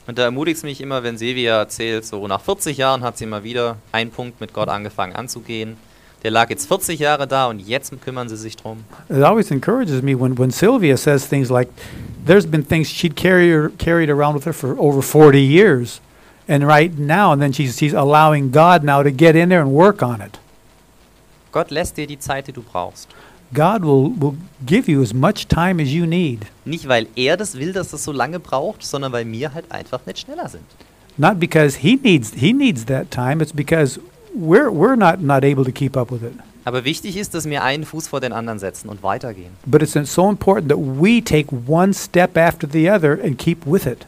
[SPEAKER 1] Und da ermutigt es mich immer, wenn Silvia erzählt, so nach 40 Jahren hat sie mal wieder einen Punkt mit Gott angefangen anzugehen. Der lag jetzt 40 Jahre da und jetzt kümmern sie sich drum.
[SPEAKER 2] it always encourages me when, when Sylvia says things like, "There's been things she'd carry her, carried around with her for over 40 years, and right now, and then she's she's allowing God now to get in there and work on it.
[SPEAKER 1] Gott lässt dir die Zeit, die du brauchst.
[SPEAKER 2] God will will give you as much time as you need,
[SPEAKER 1] Nicht, weil er das will, dass das so lange braucht, sondern weil wir halt einfach nicht schneller sind.
[SPEAKER 2] not because He needs He needs that time. It's because we're we're not not able to keep up with it."
[SPEAKER 1] Aber wichtig ist, dass wir einen Fuß vor den anderen setzen und weitergehen.
[SPEAKER 2] But it's it's so important that we take one step after the other and keep with it.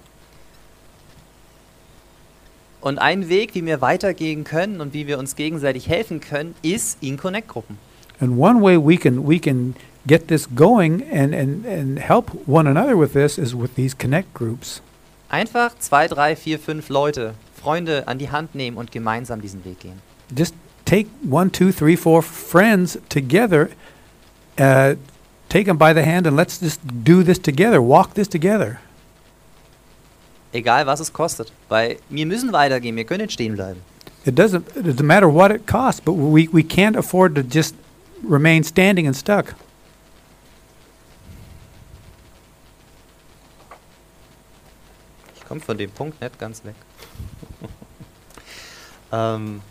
[SPEAKER 1] Und ein Weg, wie wir weitergehen können und wie wir uns gegenseitig helfen können, ist in Connect-Gruppen.
[SPEAKER 2] And one way we can we can get this going and, and, and help one another with this is with these connect groups.
[SPEAKER 1] Einfach zwei, drei, vier, fünf Leute, Freunde an die Hand nehmen und gemeinsam diesen Weg gehen.
[SPEAKER 2] Just take one, two, three, four friends together, uh, take them by the hand, and let's just do this together. Walk this together.
[SPEAKER 1] Egal, was es kostet. Weil wir müssen weitergehen, wir können nicht stehen bleiben.
[SPEAKER 2] It doesn't it doesn't matter what it costs, but we, we can't afford to just remain standing and stuck.
[SPEAKER 1] Ich komme von dem Punkt nicht ganz weg. ähm,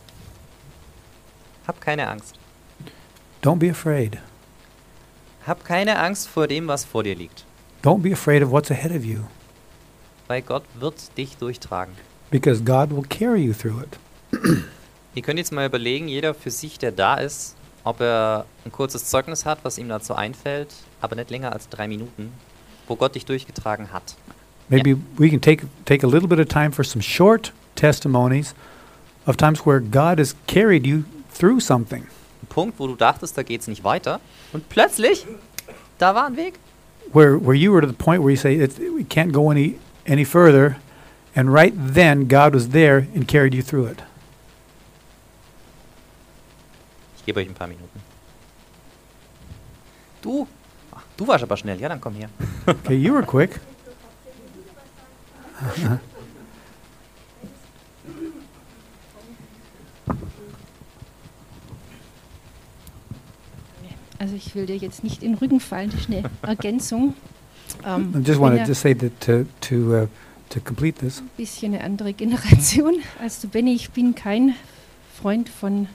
[SPEAKER 1] hab keine Angst.
[SPEAKER 2] Don't be afraid.
[SPEAKER 1] Hab keine Angst vor dem, was vor dir liegt.
[SPEAKER 2] Don't be afraid of what's ahead of you.
[SPEAKER 1] Weil Gott wird dich durchtragen.
[SPEAKER 2] because God will carry you through it.
[SPEAKER 1] Ihr könnt jetzt mal überlegen, jeder für sich, der da ist, ob er ein kurzes Zeugnis hat, was ihm dazu einfällt, aber nicht länger als drei Minuten, wo Gott dich durchgetragen hat.
[SPEAKER 2] Maybe we can take take a little bit of time for some short testimonies of times where God has carried you through something,
[SPEAKER 1] Ein Punkt, wo du dachtest, da geht's nicht weiter und plötzlich, da war ein Weg.
[SPEAKER 2] where where you were to the point where you say it's, we can't go any any further, and right then God was there and carried you through it.
[SPEAKER 1] Ich gebe euch ein paar Minuten. Du, ach, du warst aber schnell. Ja, dann komm her.
[SPEAKER 2] Okay, you were quick.
[SPEAKER 3] also ich will dir jetzt nicht in den Rücken fallen, das ist eine Ergänzung. Ähm,
[SPEAKER 2] I just
[SPEAKER 3] bin
[SPEAKER 2] want
[SPEAKER 3] ja
[SPEAKER 2] to just say that to to uh, to complete this,
[SPEAKER 3] ein bisschen eine andere Generation als du, Benny. Ich bin kein Freund von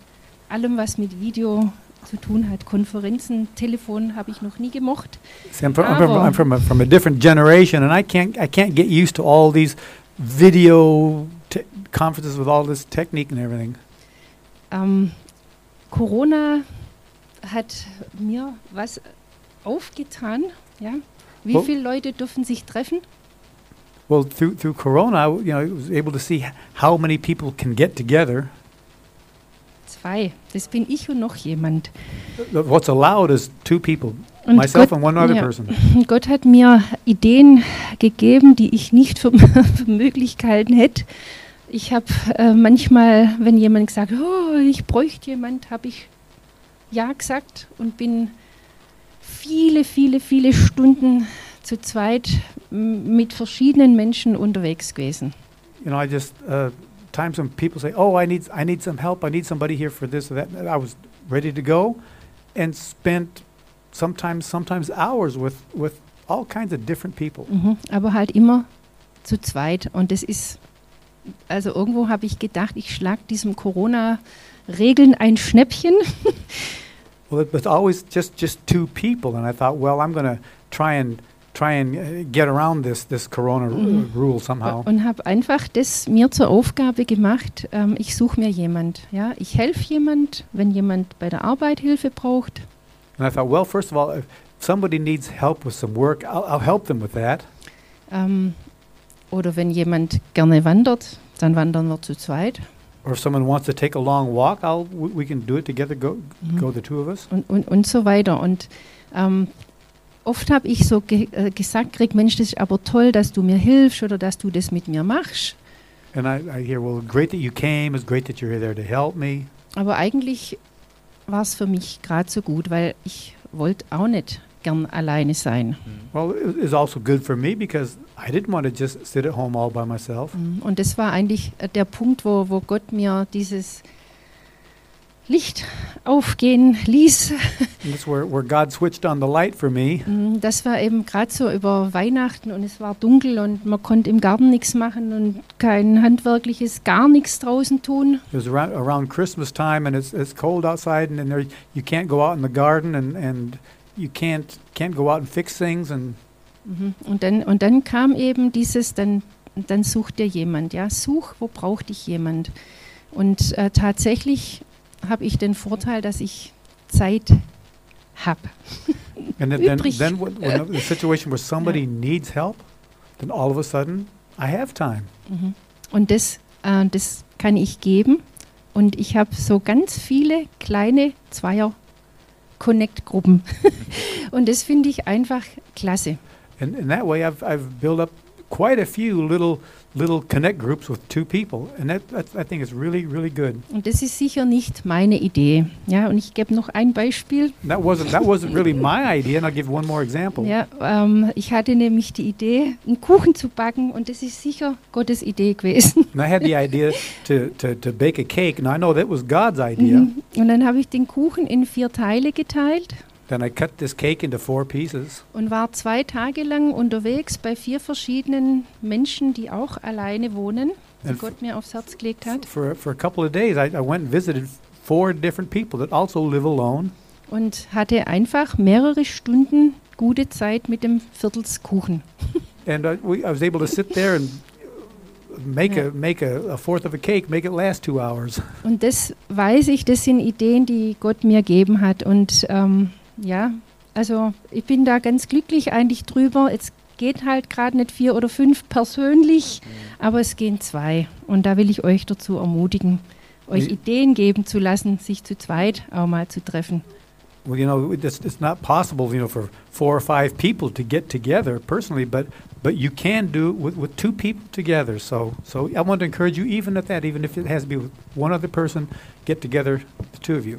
[SPEAKER 3] allem, was mit Video zu tun hat. Konferenzen, Telefon habe ich noch nie gemocht.
[SPEAKER 2] See, I'm from, I'm from,
[SPEAKER 3] Bravo.
[SPEAKER 2] I'm from a, from a different generation, and I can't I can't get used to all these video te- conferences with all this technique and everything.
[SPEAKER 3] Ähm, Corona hat mir was aufgetan. Ja? Wie
[SPEAKER 2] Wo-
[SPEAKER 3] viele Leute dürfen sich treffen?
[SPEAKER 2] Well, through through Corona, I w- you know, I was able to see h- how many people can get together.
[SPEAKER 3] Zwei. Das bin ich und noch jemand.
[SPEAKER 2] Th- What's allowed is two people,
[SPEAKER 3] Und
[SPEAKER 2] myself
[SPEAKER 3] Gott,
[SPEAKER 2] and one other
[SPEAKER 3] ja.
[SPEAKER 2] person.
[SPEAKER 3] Gott hat mir Ideen gegeben, die ich nicht für, für möglich gehalten hätte. Ich habe äh, manchmal, wenn jemand gesagt, oh, ich bräuchte jemand, habe ich ja gesagt und bin viele, viele, viele Stunden zu zweit m- mit verschiedenen Menschen unterwegs gewesen.
[SPEAKER 2] You know, I just uh, times when people say, "Oh, I need I need some help. I need somebody here for this or that," and I was ready to go, and spent sometimes sometimes hours with with all kinds of different people.
[SPEAKER 3] Mhm. Aber halt immer zu zweit. Und das ist, also irgendwo habe ich gedacht, ich schlag diesem Corona-Regeln ein Schnäppchen.
[SPEAKER 2] Well, it was always just just two people, and I thought, well, I'm going to try and try and uh, get around this this Corona r-
[SPEAKER 3] Mhm.
[SPEAKER 2] rule somehow.
[SPEAKER 3] Und habe einfach das mir zur Aufgabe gemacht, ähm, ich suche mir jemand. Ja? Ich helfe jemand, wenn jemand bei der Arbeit Hilfe braucht.
[SPEAKER 2] And I thought, well, first of all, if somebody needs help with some work, I'll, I'll help them with that.
[SPEAKER 3] Ähm, oder wenn jemand gerne wandert, dann wandern wir zu zweit.
[SPEAKER 2] Or if someone wants to take a long walk, I'll we, we can do it together. Go go the two of us.
[SPEAKER 3] Und, und, und so weiter. Und ähm, oft habe ich so ge äh, gesagt, krieg, Mensch, das ist aber toll, dass du mir hilfst oder dass du das mit mir machst.
[SPEAKER 2] And I, I hear, well, great that you came. It's great that you're there to help me.
[SPEAKER 3] Aber eigentlich war es für mich gerade so gut, weil ich wollte auch nicht gern alleine sein.
[SPEAKER 1] Mhm.
[SPEAKER 2] Well, it is also good for me because I didn't want to just sit at home all by myself.
[SPEAKER 3] Mm, Und das war eigentlich äh, der Punkt, wo, wo Gott mir dieses Licht aufgehen ließ.
[SPEAKER 2] And that's where where God switched on the light for me.
[SPEAKER 3] Mm, Das war eben gerade so über Weihnachten und es war dunkel und man konnte im Garten nichts machen und kein handwerkliches, gar nichts draußen tun.
[SPEAKER 2] It was around, around Christmas time, and it's it's cold outside, and, and there you can't go out in the garden, and, and you can't can't go out and fix things, and
[SPEAKER 3] Mhm. Und dann, und dann kam eben dieses, dann, dann sucht dir jemand, ja, such, wo braucht dich jemand. Und äh, tatsächlich habe ich den Vorteil, dass ich Zeit habe.
[SPEAKER 2] and then then,
[SPEAKER 3] Übrig.
[SPEAKER 2] then when, when the situation where somebody needs help, then all of a sudden I have time.
[SPEAKER 3] Mhm. Und das, äh, das kann ich geben. Und ich habe so ganz viele kleine Zweier-Connect-Gruppen. und das finde ich einfach klasse.
[SPEAKER 2] And, and that way, I've, I've built up quite a few little little connect groups with two people, and that, that I think is really really good.
[SPEAKER 3] Und das ist sicher nicht meine Idee. Ja, und ich gebe noch ein Beispiel.
[SPEAKER 2] And that wasn't that wasn't really my idea, and I'll give one more example.
[SPEAKER 3] Ja, ähm, ich hatte nämlich die Idee, einen Kuchen zu backen und das ist sicher Gottes Idee gewesen.
[SPEAKER 2] And I had the idea to, to, to bake a cake, and I know that was God's idea.
[SPEAKER 3] Mhm. Und dann habe ich den Kuchen in vier Teile geteilt
[SPEAKER 2] Then I cut this cake into four pieces,
[SPEAKER 3] und war zwei Tage lang unterwegs bei vier verschiedenen Menschen, die auch alleine wohnen, die
[SPEAKER 2] And f-
[SPEAKER 3] Gott mir aufs Herz gelegt
[SPEAKER 2] F-
[SPEAKER 3] hat.
[SPEAKER 2] for, for a couple of days, I, I went and visited four different people that also live alone,
[SPEAKER 3] Und hatte einfach mehrere Stunden gute Zeit mit dem Viertelskuchen.
[SPEAKER 2] and I, we, I was able to sit there and make
[SPEAKER 3] Yeah.
[SPEAKER 2] a make a, a fourth of a cake, make it last two hours.
[SPEAKER 3] Und das weiß ich, das sind Ideen, die Gott mir gegeben hat. Und ähm, ja, also ich bin da ganz glücklich eigentlich drüber. Jetzt geht halt gerade nicht vier oder fünf persönlich, aber es gehen zwei. Und da will ich euch dazu ermutigen, euch
[SPEAKER 2] Wie-
[SPEAKER 3] Ideen geben zu lassen, sich zu zweit auch mal zu treffen.
[SPEAKER 2] Well, you know, it's, it's not possible, you know, for four or five people to get together personally, but but you can do it with, with two people together. So so I want to encourage you, even at that, even if it has to be with one other person, get together, the two of you.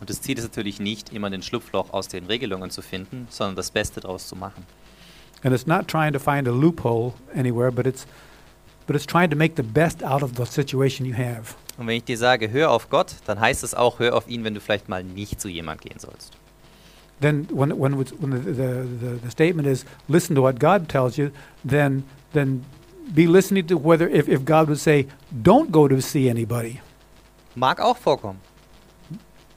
[SPEAKER 1] Und das Ziel ist natürlich nicht, immer den Schlupfloch aus den Regelungen zu finden, sondern das Beste daraus zu machen.
[SPEAKER 2] And it's not trying to find a loophole anywhere, but it's but it's trying to make the best out of the situation you have.
[SPEAKER 1] Und wenn ich dir sage, hör auf Gott, dann heißt es auch, hör auf ihn, wenn du vielleicht mal nicht zu jemand gehen sollst.
[SPEAKER 2] then when when, it's- when the, the, the the statement is listen to what God tells you, then then be listening to whether if, if God would say don't go to see anybody,
[SPEAKER 1] Mag auch vorkommen.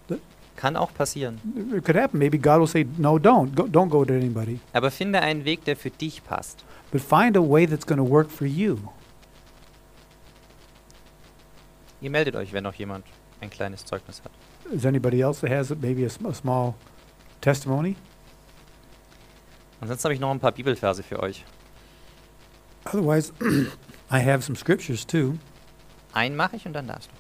[SPEAKER 2] Hm?
[SPEAKER 1] Kann auch passieren.
[SPEAKER 2] it could happen. Maybe God will say no, don't go, don't go to anybody,
[SPEAKER 1] Aber finde einen Weg, der für dich passt.
[SPEAKER 2] but find a way that's going to work for you.
[SPEAKER 1] Ihr meldet euch, wenn noch jemand ein kleines Zeugnis hat.
[SPEAKER 2] Is anybody else that has maybe a, sm- a small testimony?
[SPEAKER 1] Ansonsten habe ich noch ein paar Bibelverse für euch.
[SPEAKER 2] Otherwise, I have some scriptures too.
[SPEAKER 1] Einen mache ich und dann darfst du.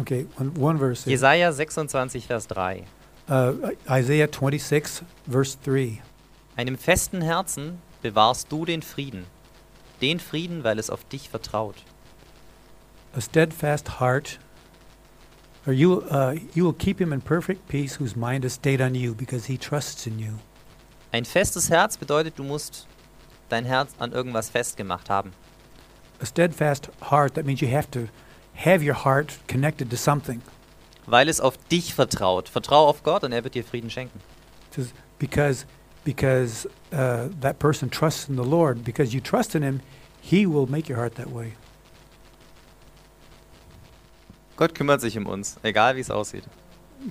[SPEAKER 2] Okay, one, one verse. here.
[SPEAKER 1] Jesaja 26, Vers 3.
[SPEAKER 2] Uh, Isaiah 26, verse 3.
[SPEAKER 1] Einem festen Herzen bewahrst du den Frieden. Den Frieden, weil es auf dich vertraut.
[SPEAKER 2] A steadfast heart, or you, uh, you will keep him in perfect peace whose mind is stayed on you because he trusts in you.
[SPEAKER 1] Ein festes Herz bedeutet, du musst dein Herz an irgendwas festgemacht haben.
[SPEAKER 2] A steadfast heart, that means you have to have your heart connected to something
[SPEAKER 1] Weil es auf dich vertraut. Vertrau auf Gott und er wird dir Frieden schenken.
[SPEAKER 2] because, because uh, that person trusts in the Lord. Because you trust in him, he will make your heart that way.
[SPEAKER 1] Gott kümmert sich um uns, egal wie es aussieht.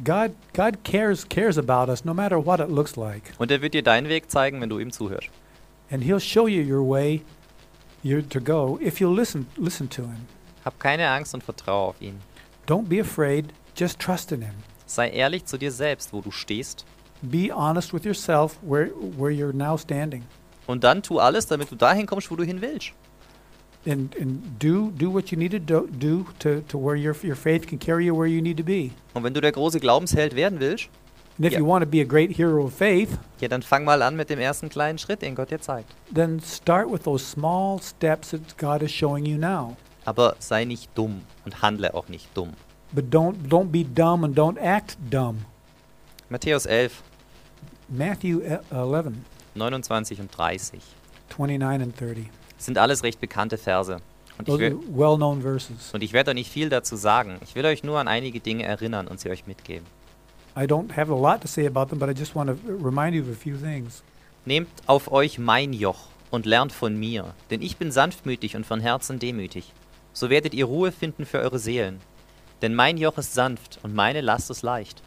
[SPEAKER 2] God, God cares, cares about us no matter what it looks like.
[SPEAKER 1] Und er wird dir deinen Weg zeigen, wenn du ihm zuhörst.
[SPEAKER 2] and he'll show you your way you're to go if you'll listen listen to him
[SPEAKER 1] Hab keine Angst und vertraue auf ihn.
[SPEAKER 2] don't be afraid just trust in him
[SPEAKER 1] Sei ehrlich zu dir selbst, wo du stehst.
[SPEAKER 2] be honest with yourself where where you're now standing
[SPEAKER 1] Und dann tu alles, damit du dahin kommst, wo du hin willst.
[SPEAKER 2] and and do do what you need to do, do to, to where your your faith can carry you where you need to be
[SPEAKER 1] Und wenn du der große Glaubensheld werden willst,
[SPEAKER 2] and if
[SPEAKER 1] Yeah.
[SPEAKER 2] you want to be a great hero of faith
[SPEAKER 1] ja, dann fang mal an mit dem ersten kleinen Schritt, den Gott dir zeigt.
[SPEAKER 2] then start with those small steps that God is showing you now
[SPEAKER 1] Aber sei nicht dumm und handle auch nicht dumm.
[SPEAKER 2] but don't don't be dumb and don't act dumb
[SPEAKER 1] Matthäus 11,
[SPEAKER 2] Matthew e- 11
[SPEAKER 1] 29 und 30
[SPEAKER 2] 29 and 30
[SPEAKER 1] sind alles recht bekannte Verse. Und ich,
[SPEAKER 2] those are
[SPEAKER 1] will,
[SPEAKER 2] well-known verses
[SPEAKER 1] und ich werde euch nicht viel dazu sagen. Ich will euch nur an einige Dinge erinnern und sie euch mitgeben.
[SPEAKER 2] I don't have a lot to say about them, but I just want to remind you of a few things.
[SPEAKER 1] Nehmt auf euch mein Joch und lernt von mir, denn ich bin sanftmütig und von Herzen demütig. So werdet ihr Ruhe finden für eure Seelen. Denn mein Joch ist sanft und meine Last ist leicht.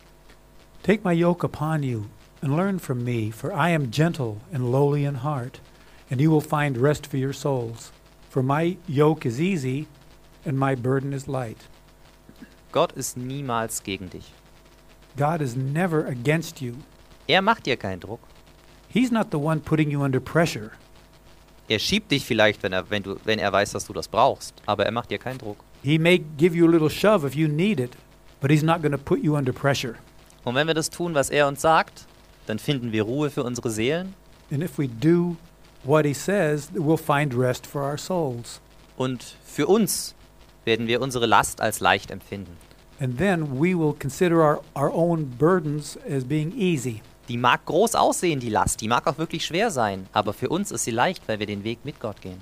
[SPEAKER 2] Take my yoke upon you and learn from me, for I am gentle and lowly in heart, and you will find rest for your souls. For my yoke is easy and my burden is light.
[SPEAKER 1] Gott ist niemals gegen dich.
[SPEAKER 2] God is never against you.
[SPEAKER 1] Er macht dir keinen Druck.
[SPEAKER 2] He's not the one putting you under pressure.
[SPEAKER 1] Er schiebt dich vielleicht, wenn er, wenn du, wenn er weiß, dass du das brauchst, aber er macht dir keinen Druck.
[SPEAKER 2] He may give you a little shove if you need it, but he's not going to put you under pressure.
[SPEAKER 1] Und wenn wir das tun, was er uns sagt, dann finden wir Ruhe für unsere Seelen
[SPEAKER 2] And if we do what he says, we'll find rest for our souls.
[SPEAKER 1] und für uns werden wir unsere Last als leicht empfinden.
[SPEAKER 2] And then we will consider our, our own burdens as being easy.
[SPEAKER 1] Die mag groß aussehen, die Last, die mag auch wirklich schwer sein, aber für uns ist sie leicht, weil wir den Weg mit Gott gehen.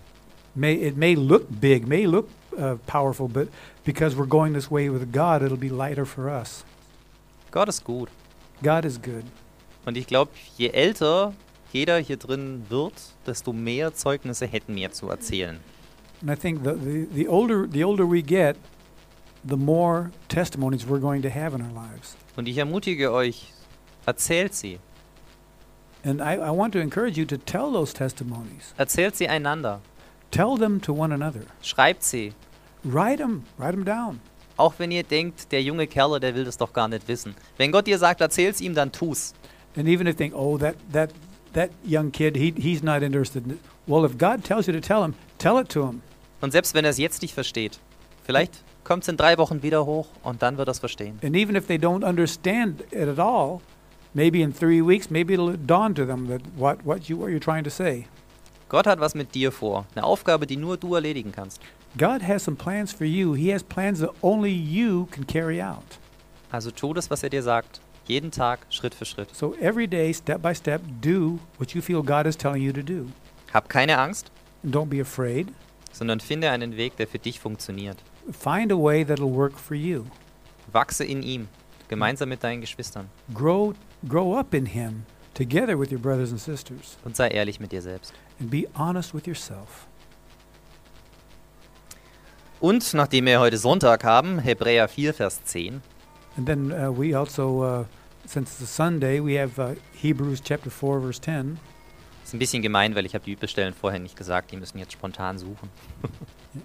[SPEAKER 2] May, it may look big, may look uh, powerful, but because we're going this way with God, it'll be lighter for us.
[SPEAKER 1] Gott ist gut.
[SPEAKER 2] God is good.
[SPEAKER 1] Und ich glaube, je älter jeder hier drin wird, desto mehr Zeugnisse hätten wir zu erzählen.
[SPEAKER 2] And I think the, the, the, older, the older we get, the more testimonies we're going to have in our lives.
[SPEAKER 1] Und ich ermutige euch, erzählt sie.
[SPEAKER 2] And I, I want to encourage you to tell those testimonies.
[SPEAKER 1] Erzählt sie einander.
[SPEAKER 2] Tell them to one another.
[SPEAKER 1] Schreibt sie.
[SPEAKER 2] Write them, write them down.
[SPEAKER 1] Auch wenn ihr denkt, der junge Kerl, der will das doch gar nicht wissen. Wenn Gott dir sagt, erzähl's ihm, dann tu's.
[SPEAKER 2] And even if think, oh, that that that young kid, he he's not interested. In it. Well, if God tells you to tell him, tell it to him.
[SPEAKER 1] Und selbst wenn er es jetzt nicht versteht, vielleicht kommt's in drei Wochen wieder hoch und dann wird er's verstehen.
[SPEAKER 2] And even if they don't understand it at all, maybe in three weeks, maybe it'll dawn to them that what what you what you're trying to say.
[SPEAKER 1] Gott hat was mit dir vor. Eine Aufgabe, die nur du erledigen kannst.
[SPEAKER 2] God has some plans for you. He has plans that only you can carry out.
[SPEAKER 1] Also tu das, was er dir sagt. Jeden Tag, Schritt für Schritt.
[SPEAKER 2] So every day, step by step, do what you feel God is telling you to do.
[SPEAKER 1] Hab keine Angst,
[SPEAKER 2] And don't be afraid.
[SPEAKER 1] sondern finde einen Weg, der für dich funktioniert.
[SPEAKER 2] Find a way that'll work for you.
[SPEAKER 1] Wachse in ihm. gemeinsam mit deinen Geschwistern
[SPEAKER 2] Grow, grow up in Him together with your brothers and sisters
[SPEAKER 1] und sei ehrlich mit dir selbst.
[SPEAKER 2] and be honest with yourself.
[SPEAKER 1] Und nachdem wir heute Sonntag haben, Hebräer 4, Vers 10,
[SPEAKER 2] And then uh, we also, uh, since it's a Sunday, we have uh, Hebrews chapter 4, verse 10.
[SPEAKER 1] ist ein bisschen gemein, weil ich habe die Bibelstellen vorher nicht gesagt, die müssen jetzt spontan suchen.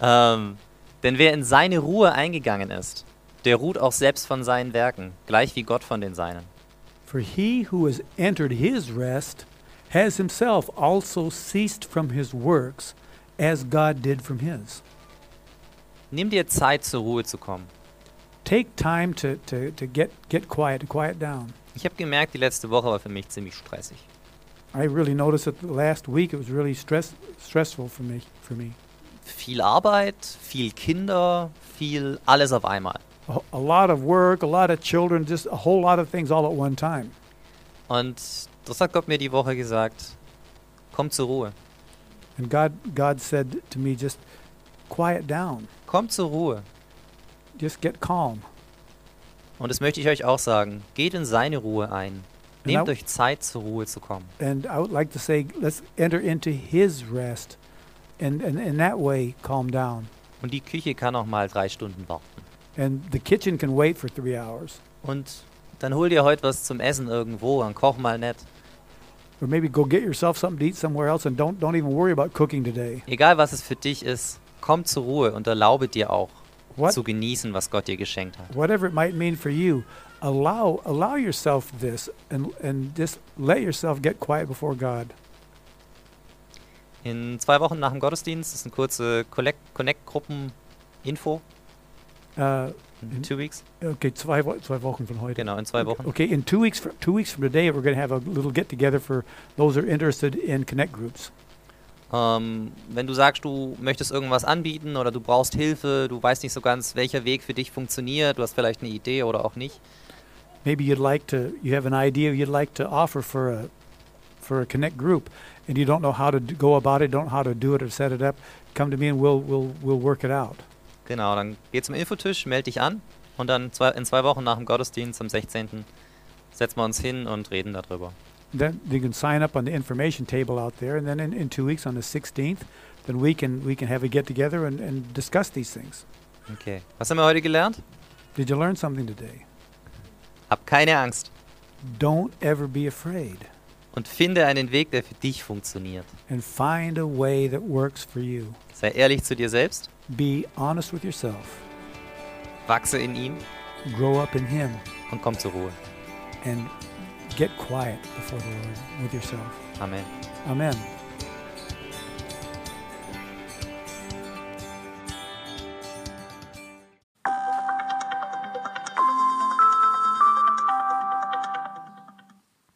[SPEAKER 1] ähm, denn wer in seine Ruhe eingegangen ist, der ruht auch selbst von seinen Werken, gleich wie Gott von den Seinen.
[SPEAKER 2] For he who has entered his rest has himself also ceased from his works, as God did from his.
[SPEAKER 1] Nimm dir Zeit, zur Ruhe zu kommen.
[SPEAKER 2] Take time to, to, to get, get quiet, to quiet down.
[SPEAKER 1] Ich habe gemerkt, die letzte Woche war für mich ziemlich stressig.
[SPEAKER 2] I really noticed that the last week it was really stress, stressful for me, for me.
[SPEAKER 1] Viel Arbeit, viel Kinder, viel alles auf einmal.
[SPEAKER 2] A, a lot of work, a lot of children, just a whole lot of things all at one time.
[SPEAKER 1] Und das hat Gott mir die Woche gesagt. Komm zur Ruhe.
[SPEAKER 2] And God, God said to me, just quiet down,
[SPEAKER 1] Komm zur Ruhe.
[SPEAKER 2] just get calm.
[SPEAKER 1] Und das möchte ich euch auch sagen. Geht in seine Ruhe ein.
[SPEAKER 2] Genau.
[SPEAKER 1] Nehmt euch Zeit, zur Ruhe zu kommen.
[SPEAKER 2] And I would like to say, let's enter into His rest, and and in that way, calm down.
[SPEAKER 1] Und die Küche kann auch mal drei Stunden warten.
[SPEAKER 2] And the kitchen can wait for three hours,
[SPEAKER 1] Und dann hol dir heute was zum Essen irgendwo und koch mal nett.
[SPEAKER 2] or maybe go get yourself something to eat somewhere else, and don't don't even worry about cooking today.
[SPEAKER 1] Egal was es für dich ist, komm zur Ruhe und erlaube dir auch
[SPEAKER 2] What
[SPEAKER 1] zu genießen, was Gott dir geschenkt hat.
[SPEAKER 2] whatever it might mean for you, allow allow yourself this, and and just let yourself get quiet before God.
[SPEAKER 1] In zwei Wochen nach dem Gottesdienst ist eine kurze Collect- Connect-Gruppen-Info.
[SPEAKER 2] Uh,
[SPEAKER 1] In
[SPEAKER 2] Mhm.
[SPEAKER 1] two weeks?
[SPEAKER 2] okay, zwei, Wo- zwei Wochen von heute.
[SPEAKER 1] Genau, in zwei Wochen.
[SPEAKER 2] Okay, in two weeks, fr two weeks from today, we're going to have a little get together for those who are interested in connect groups.
[SPEAKER 1] Ähm, wenn du sagst, du möchtest irgendwas anbieten oder du brauchst Hilfe, du weißt nicht so ganz, welcher Weg für dich funktioniert, du hast vielleicht eine Idee oder auch nicht,
[SPEAKER 2] maybe you'd like to you have an idea you'd like to offer for a for a connect group and you don't know how to d- go about it don't know how to do it or set it up come to me and we'll we'll we'll work it out
[SPEAKER 1] genau, dann geh zum Infotisch, melde dich an und dann zwei, in zwei Wochen nach dem Gottesdienst am 16. setzen wir uns hin und reden darüber.
[SPEAKER 2] then you can sign up on the information table out there and then in, in two weeks on the 16th then we can we can have a get together and, and discuss these things
[SPEAKER 1] Okay. Was haben wir heute gelernt?
[SPEAKER 2] did you learn something today
[SPEAKER 1] Hab keine Angst
[SPEAKER 2] don't ever be afraid
[SPEAKER 1] und finde einen Weg, der für dich funktioniert.
[SPEAKER 2] and find a way that works for you
[SPEAKER 1] Sei ehrlich zu dir selbst,
[SPEAKER 2] be honest with yourself
[SPEAKER 1] wachse in ihm
[SPEAKER 2] grow up in him
[SPEAKER 1] und komm zur Ruhe.
[SPEAKER 2] and get quiet before the lord with yourself
[SPEAKER 1] Amen.
[SPEAKER 2] amen